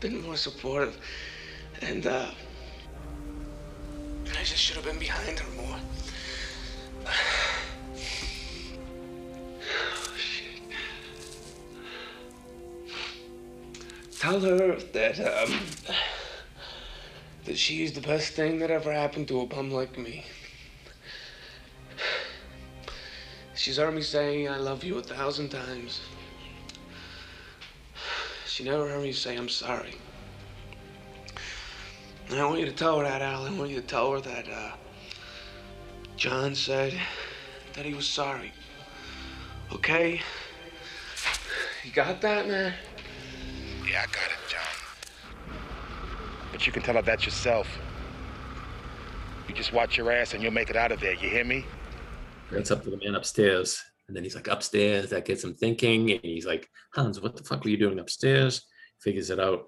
S3: been more supportive, and uh, I just should have been behind her more. Oh, Tell her that um, that she's the best thing that ever happened to a bum like me. She's heard me saying I love you a thousand times. She never heard me say I'm sorry. And I want you to tell her that, Al. I want you to tell her that uh, John said that he was sorry. Okay? You got that, man?
S22: Yeah, I got it, John. But you can tell her that yourself. You just watch your ass and you'll make it out of there, you hear me?
S10: That's up to the man upstairs. And then he's like, upstairs. That gets him thinking. And he's like, Hans, what the fuck were you doing upstairs? Figures it out.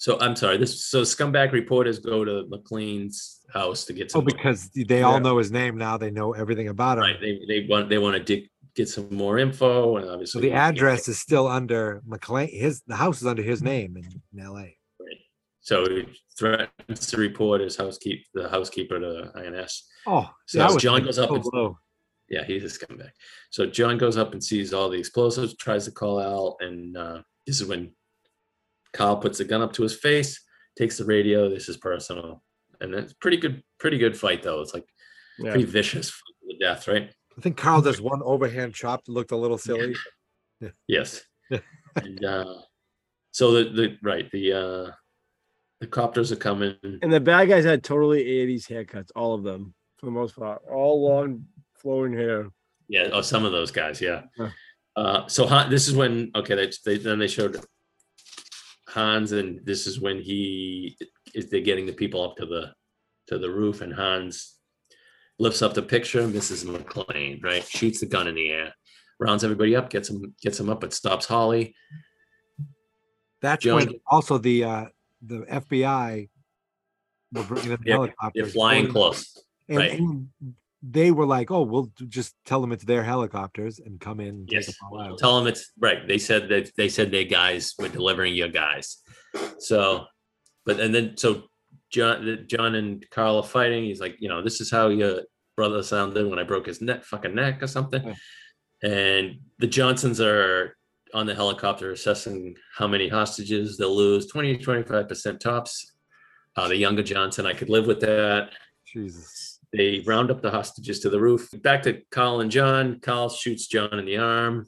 S10: So I'm sorry. This so scumbag reporters go to McLean's house to get
S8: Oh,
S10: some.
S8: because they all know his name now. They know everything about him.
S10: Right, They, they want they want to dig, get some more info, and
S8: So
S10: obviously
S8: the address is still under McLean. His the house is under his
S10: Mm-hmm.
S8: name in, in L.A.
S10: So he threatens the reporters, housekeep the housekeeper to INS.
S8: Oh,
S10: so
S8: that was
S10: John goes up.
S8: so
S10: and-
S8: low.
S10: yeah, he's a scumbag. So John goes up and sees all the explosives, tries to call Al, and uh, this is when Kyle puts a gun up to his face, takes the radio. This is personal, and it's pretty good, pretty good fight though. It's like
S8: Yeah.
S10: pretty vicious fight to the death, right?
S8: I think Carl does one overhand chop that looked a little silly.
S10: Yes. and, uh, so the the right the uh, the copters are coming.
S9: And the bad guys had totally 80s haircuts, all of them, for the most part. All long, flowing hair.
S10: Yeah, oh, some of those guys, yeah.
S9: Yeah.
S10: Uh, so Han, this is when okay, they, they then they showed Hans, and this is when he is they're getting the people up to the to the roof, and Hans lifts up the picture, Mrs. McLean, right, shoots the gun in the air, rounds everybody up, gets him gets him up, but stops Holly.
S8: That's
S10: John-
S8: when also the uh, the FBI were bringing in the
S10: They're,
S8: helicopters.
S10: they're flying
S8: going-
S10: close,
S8: and,
S10: right?
S8: and they were like, "Oh, we'll d- just tell them it's their helicopters and come in." And
S10: Yes.
S8: take them all out.
S10: Tell them it's right. They said that they said their guys were delivering your guys. So, but and then so John, the- John and Carl are fighting. He's like, you know, this is how your brother sounded when I broke his neck, fucking neck or something. And the Johnsons are on the helicopter assessing how many hostages they'll lose 20 to 25% tops. Uh, the younger Johnson, I could live with that.
S8: Jesus.
S10: They round up the hostages to the roof. Back to Kyle and John. Kyle shoots John in the arm.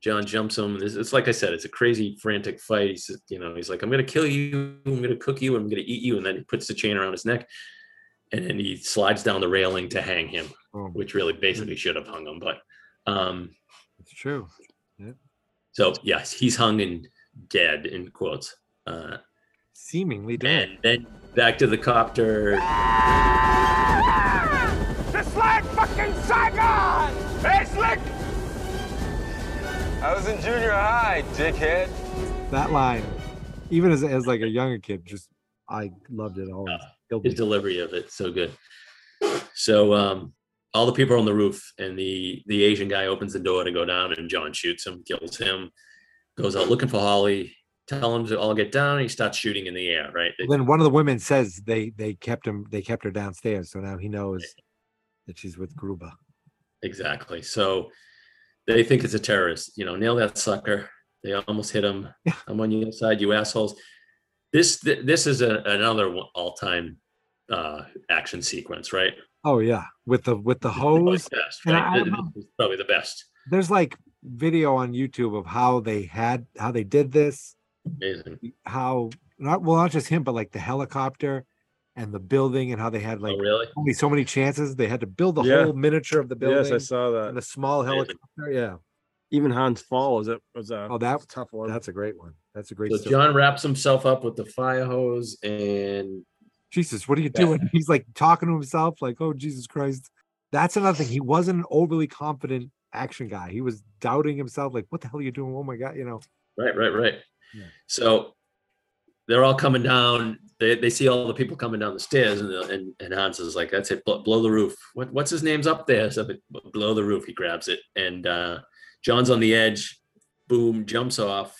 S10: John jumps him. This- It's like I said, it's a crazy, frantic fight. He's, you know, he's like, "I'm gonna kill you. I'm gonna cook you. I'm gonna eat you." And then he puts the chain around his neck, and then he slides down the railing to hang him, which really basically should have hung him. But um,
S8: It's true.
S10: so yes, he's hung and dead in quotes. Uh,
S8: Seemingly
S10: dead. And then back to the copter.
S7: The slag fucking Saigon! Hey, Slick!
S23: I was in junior high, dickhead.
S8: That line, even as as like a younger kid, just I loved it all. Killed
S10: his
S8: me.
S10: delivery of it so good so um all the people are on the roof and the the asian guy opens the door to go down and john shoots him kills him goes out looking for holly tell him to all get down he starts shooting in the air right They-
S8: Then one of the women says they they kept him they kept her downstairs, so now he knows that she's with Gruba.
S10: exactly so they think it's a terrorist you know nail that sucker they almost hit him i'm on your side you assholes this th- this is a, another one- all-time uh action sequence right
S8: Oh yeah, with the with the hose.
S10: best,
S8: And
S10: right?
S8: I
S10: Th- th- this is probably the best
S8: There's like video on YouTube of how they had how they did this,
S10: amazing
S8: how not well, not just him, but like the helicopter and the building and how they had like
S10: Oh, really?
S8: only so many chances. They had to build the
S9: Oh, Yeah.
S8: whole miniature of the building.
S9: Yes, I saw that.
S8: And a small helicopter. Yeah.
S9: Even Hans Fall was it was a
S8: Oh, that
S9: tough one.
S8: That's a great one. That's a great.
S10: So
S8: story.
S10: John wraps himself up with the fire hose and
S8: Jesus, what are you doing? He's like talking to himself, like, oh Jesus Christ. That's another thing. He wasn't an overly confident action guy. He was doubting himself, like, what the hell are you doing? Oh my god, you know.
S10: Right, right, right. So they're all coming down. They, they see all the people coming down the stairs, and the, and, and Hans is like, "That's it, blow, blow the roof." What, what's his name's up there? So they blow the roof. He grabs it, and uh, John's on the edge. Boom, jumps off.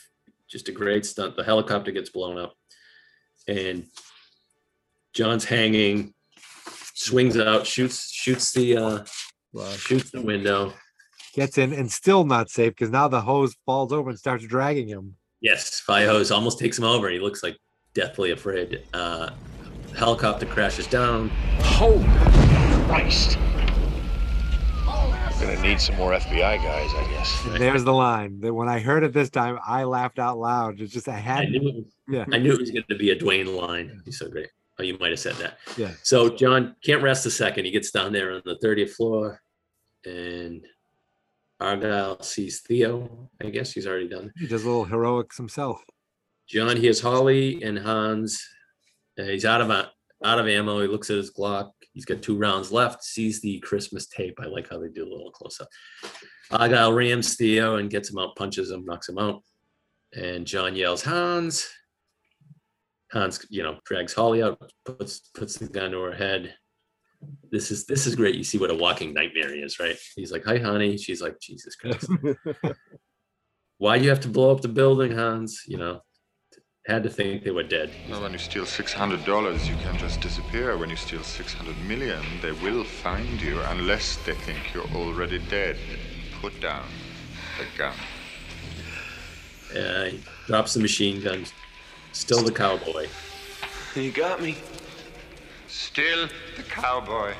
S10: Just a great stunt. The helicopter gets blown up, and John's hanging. Swings out, shoots shoots the uh, shoots the window.
S8: Gets in and still not safe because now the hose falls over and starts dragging him.
S10: Yes, fire hose almost takes him over. He looks like deathly afraid. Uh, helicopter crashes down.
S7: Holy Christ. We're gonna need some more FBI guys, I guess.
S8: And there's the line. That when I heard it this time, I laughed out loud. It's just I
S10: I
S8: had
S10: knew, it was,
S8: yeah.
S10: I knew it was going to be a Dwayne line. He's so great. Oh, you might have said that.
S8: Yeah.
S10: So John can't rest a second. He gets down there on the 30th floor, and Argyle sees Theo. I guess he's already done.
S8: He does little heroics himself.
S10: John hears Holly and Hans. Uh, he's out of a, out of ammo. He looks at his Glock. He's got two rounds left. Sees the Christmas tape. I like how they do a little close up. Argyle rams Theo and gets him out, punches him, knocks him out. And John yells, Hans. Hans, you know, drags Holly out, puts puts the gun to her head. This is this is great. You see what a walking nightmare he is, right? He's like, "Hi, honey." She's like, "Jesus Christ." why do you have to blow up the building, Hans? You know, had to think they were dead.
S4: Well, when you steal six hundred dollars, you can just disappear. When you steal six hundred million, they will find you unless they think you're already dead. Put down the gun.
S10: Uh, he drops the machine gun. Still the cowboy.
S4: You got me. Still the cowboy.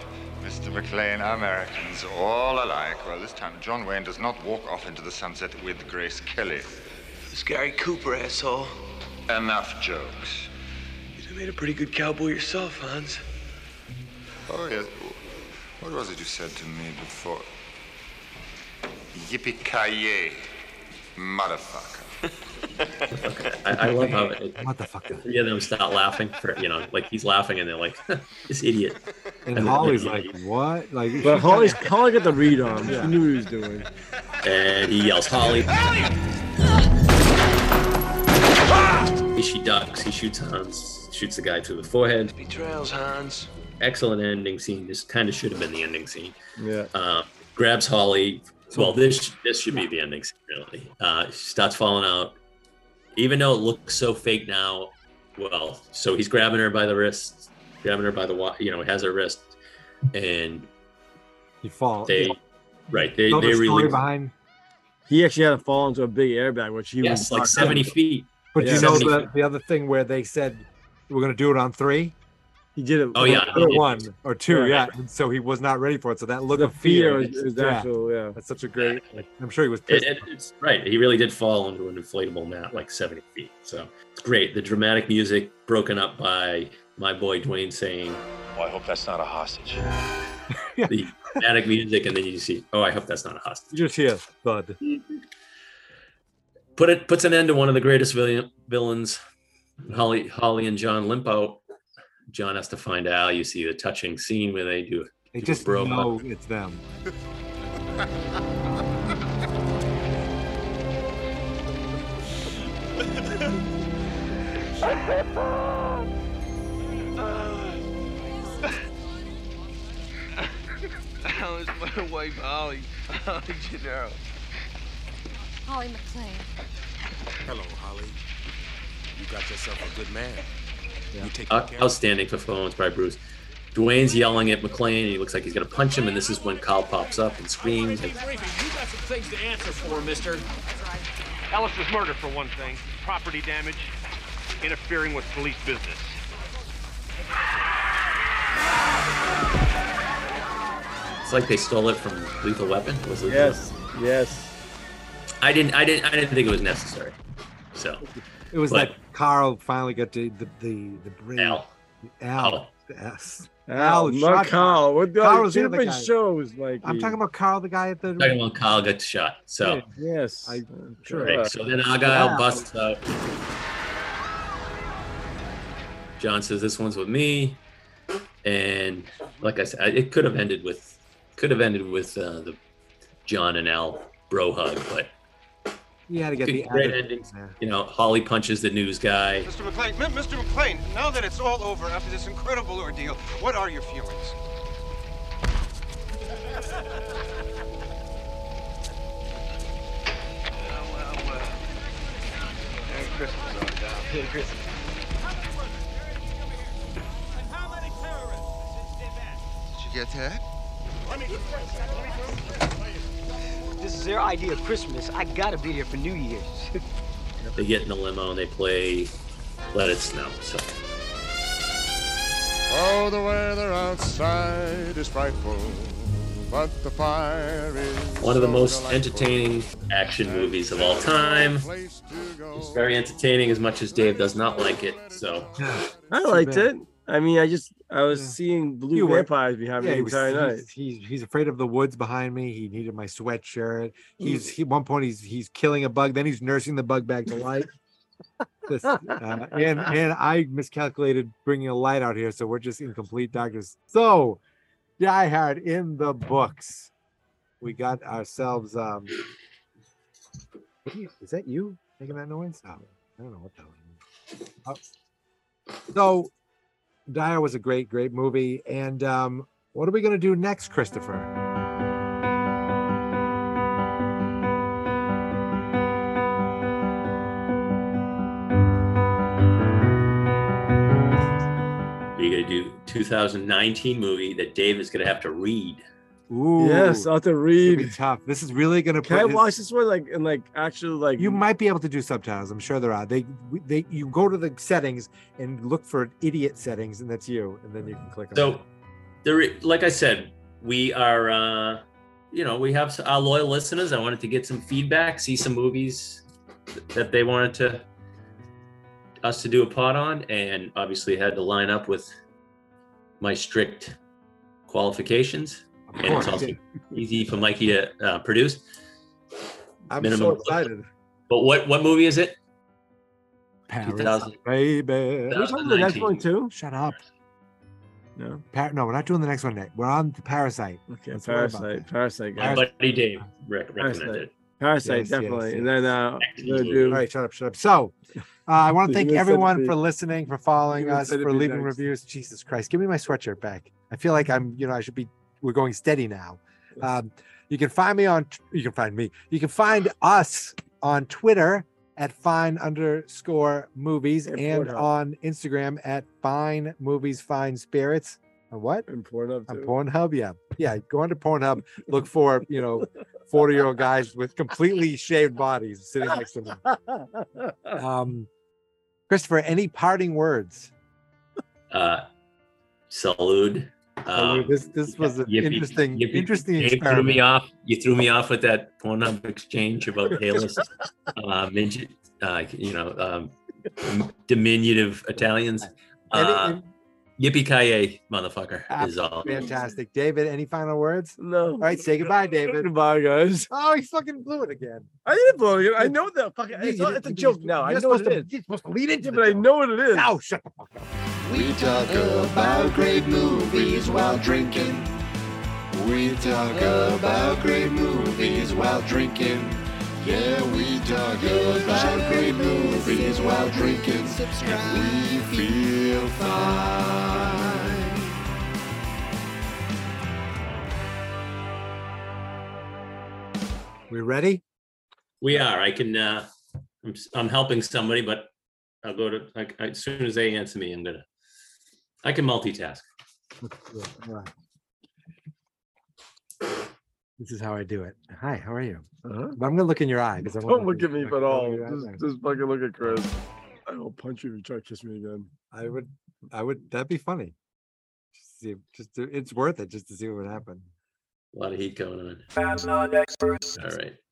S4: Mr. McLean, Americans all alike. Well, this time John Wayne does not walk off into the sunset with Grace Kelly. It's Gary Cooper, asshole. Enough jokes.
S3: You made a pretty good cowboy yourself, Hans.
S4: Oh, yes. What was it you said to me before? Yippee-ki-yay, motherfucker.
S10: I, I love how it,
S8: what the fuck?
S10: Three of them start laughing for you know, like he's laughing and they're like, this idiot.
S8: And
S10: I love
S8: Holly's
S10: it.
S8: like, what? Like she
S9: But
S8: kinda-
S9: Holly's Holly got the read on. him.
S8: Yeah.
S9: She knew what he was doing.
S10: and he yells, Holly. She ducks. He shoots Hans. Shoots the guy through the forehead.
S3: Betrayals, Hans.
S10: Excellent ending scene. This kind of should have been the ending scene.
S9: Yeah.
S10: Uh, grabs Holly. Well, this this should be the ending scene, really. Uh, she starts falling out. Even though it looks so fake now, well, so he's grabbing her by the wrist, grabbing her by the wa- you know, has her wrist, and
S8: you fall.
S10: They, right? They
S9: Tell the
S10: they
S9: story
S10: release.
S8: behind.
S9: He actually had to fall into a big airbag, which he
S10: Yes,
S9: was
S10: like 70 feet.
S8: But
S9: Yeah.
S8: you know
S9: 70
S8: the, the other thing where they said we're gonna do it on three.
S9: He did it.
S8: Oh
S9: on
S8: yeah,
S9: three.
S8: one or two. Yeah.
S9: Yeah.
S8: And so he was not ready for it. So that look
S9: The
S8: of fear
S9: fear is- is actual, Yeah.
S8: That's such a great. like, I'm sure he was
S10: It,
S8: pissed.
S10: it, it's right. He really did fall into an inflatable mat like 70 feet. So it's great. The dramatic music broken up by my boy Dwayne saying, Oh, I hope that's not a hostage. the dramatic music, and then you see, Oh, I hope that's not a hostage.
S8: You just hear thud.
S10: Put it puts an end to one of the greatest villain, villains. Holly, Holly, and John limp out. John has to find Al. You see the touching scene where they do.
S8: They
S10: do a
S8: just
S10: bro hug.
S8: know it's them.
S3: Al is my wife, Holly. Holly Gennaro.
S17: Holly McLean.
S24: Hello, Holly. You got yourself a good man. You take
S10: Out-
S24: good care of
S10: Outstanding performance by Bruce. Dwayne's yelling at McLean. He looks like he's going to punch him, and this is when Kyle pops up and screams.
S7: Briefing, you got some things to answer for, mister. Ellis was murdered for one thing, property damage, interfering with police business.
S10: It's like they stole it from Lethal Weapon. Was it?
S9: Yes. Yes.
S10: I didn't. I didn't. I didn't think it was necessary. So
S8: It was
S10: But-
S8: like Carl finally got to the the the brain. Al. Al. Yes.
S9: Al, not
S8: shot-
S9: Carl. What the
S8: Carl was the
S9: two
S8: other
S9: different
S8: guy.
S9: shows? Like
S8: I'm talking about Carl, the guy at the.
S10: Talking about Kyle gets shot. So,
S9: Yes. I,
S8: sure.
S10: Right, so then Argyle busts out. John says, "This one's with me," and like I said, I- it could have ended with could have ended with uh, the John and Al bro hug, but
S8: You had to get
S10: good-
S8: the
S10: great
S8: other-
S10: ending. You know, Holly punches the news guy.
S14: Mr. McLean, M- Mr. McLean, now that it's all over after this incredible ordeal, what are your feelings?
S3: Merry Christmas, old pal. Merry Christmas.
S14: Did you get that?
S2: This is their idea of Christmas. I gotta be there for New Year's.
S10: They get in the limo and they play "Let It Snow." So
S4: Oh, the weather outside is frightful, but the fire is.
S10: one of the most entertaining action movies of all time. It's very entertaining, as much as Dave does not like it. So
S9: I liked it. I mean, I just I was seeing blue
S8: You were-
S9: vampires behind
S8: Yeah,
S9: me
S8: he
S9: the
S8: was-
S9: entire night.
S8: he's, he's he's afraid of the woods behind me. He needed my sweatshirt. He's he, one point he's he's killing a bug, then he's nursing the bug back to life. This, uh, and and I miscalculated bringing a light out here, so we're just in complete darkness. So, Die Hard in the books. We got ourselves. um Is that you making that noise? Oh, I don't know what that was. Oh. So, Dyer was a great, great movie. And um, what are we going to do next, Christopher?
S10: you're gonna do 2019 movie that Dave is gonna have to read.
S8: Ooh,
S9: Yes, I'll have to read.
S8: Tough. This is really going to
S9: Can I watch this one like in like actually like
S8: You might be able to do subtitles. I'm sure there are. They, we- they, you go to the settings and look for idiot settings, and that's you, and then you can click. on
S10: So, there, i- like I said, we are, uh, you know, we have s- our loyal listeners. I wanted to get some feedback, see some movies th- that they wanted to us to do a pod on, and obviously had to line up with my strict qualifications. and
S8: course.
S10: it's also easy for Mikey to uh, produce.
S8: I'm
S10: Minimum-
S8: so excited.
S10: But what what movie is it?
S8: Paris,
S10: 2000
S8: baby. Are
S10: we talking the next 2019. one
S8: too? Shut up.
S9: No.
S8: Par- no, we're not doing the next one. Nick. We're on the Parasite.
S9: Okay,
S8: Let's worry about
S9: Parasite, Parasite,
S10: My
S9: guys.
S10: buddy Dave rec-
S9: Parasite,
S10: recommended.
S9: Parasite
S8: Yes, yes,
S9: definitely.
S8: yes.
S9: And then uh, we're gonna
S8: All
S9: do
S8: right, shut up, shut up. So, uh, I want to
S9: You
S8: thank
S9: said it
S8: everyone
S9: be-
S8: for listening, for following
S9: you
S8: us,
S9: said it
S8: for
S9: be
S8: leaving
S9: next.
S8: reviews. Jesus Christ, give me my sweatshirt back. I feel like I'm, you know, I should be. We're going steady now. Um, you can find me on. You can find me. You can find us on Twitter at fine underscore movies and,
S9: Pornhub.
S8: on Instagram at fine movies fine spirits. And what?
S9: And Pornhub.
S8: On Pornhub, yeah, yeah. Go onto Pornhub. Look for you know, forty year old guys with completely shaved bodies sitting next to me. Um, Christopher, any parting words?
S10: Uh, Salud. Um,
S8: this this was an
S10: Yippee-
S8: interesting,
S10: yippee-
S8: interesting
S10: Dave
S8: experiment.
S10: threw me off. You threw me off with that Pornhub exchange about hairless, uh, midget, uh, you know, um, diminutive Italians.
S8: And it-
S10: Uh, Yippee ki motherfucker, is all.
S8: Fantastic, David. Any final words?
S9: No. All
S8: right, say goodbye, David.
S9: Goodbye, guys.
S8: Oh, he fucking blew it again.
S9: I didn't blow it. I know the fucking.
S8: you
S9: It's, not-
S8: didn't-
S9: it's a
S8: you
S9: joke
S8: didn't-
S9: now. I
S8: you're
S9: know what
S8: supposed
S9: it
S8: to-
S9: is.
S8: You're supposed to lead into,
S9: but I know what it is.
S8: Now shut the fuck up.
S25: We talk about great movies while drinking. We talk about great movies while drinking. Yeah, we talk about great movies while drinking. Subscribe. We feel fine.
S8: We ready?
S10: We are. I can. Uh, I'm. s- I'm helping somebody, but I'll go to like as soon as they answer me. I'm gonna. I can multitask.
S8: Yeah, all right. This is how I do it. Hi, how are you? But I'm gonna look in your eye because I
S9: Uh-huh. Don't
S8: want.
S9: look at me at all. Just,
S8: there.
S9: just fucking look at Chris. I will punch you if you try to kiss me again.
S8: I would. I would. That'd be funny. Just, see, just to, it's worth it just to see what would happen.
S10: A lot of heat going on.
S26: I'm not experts.
S10: All right.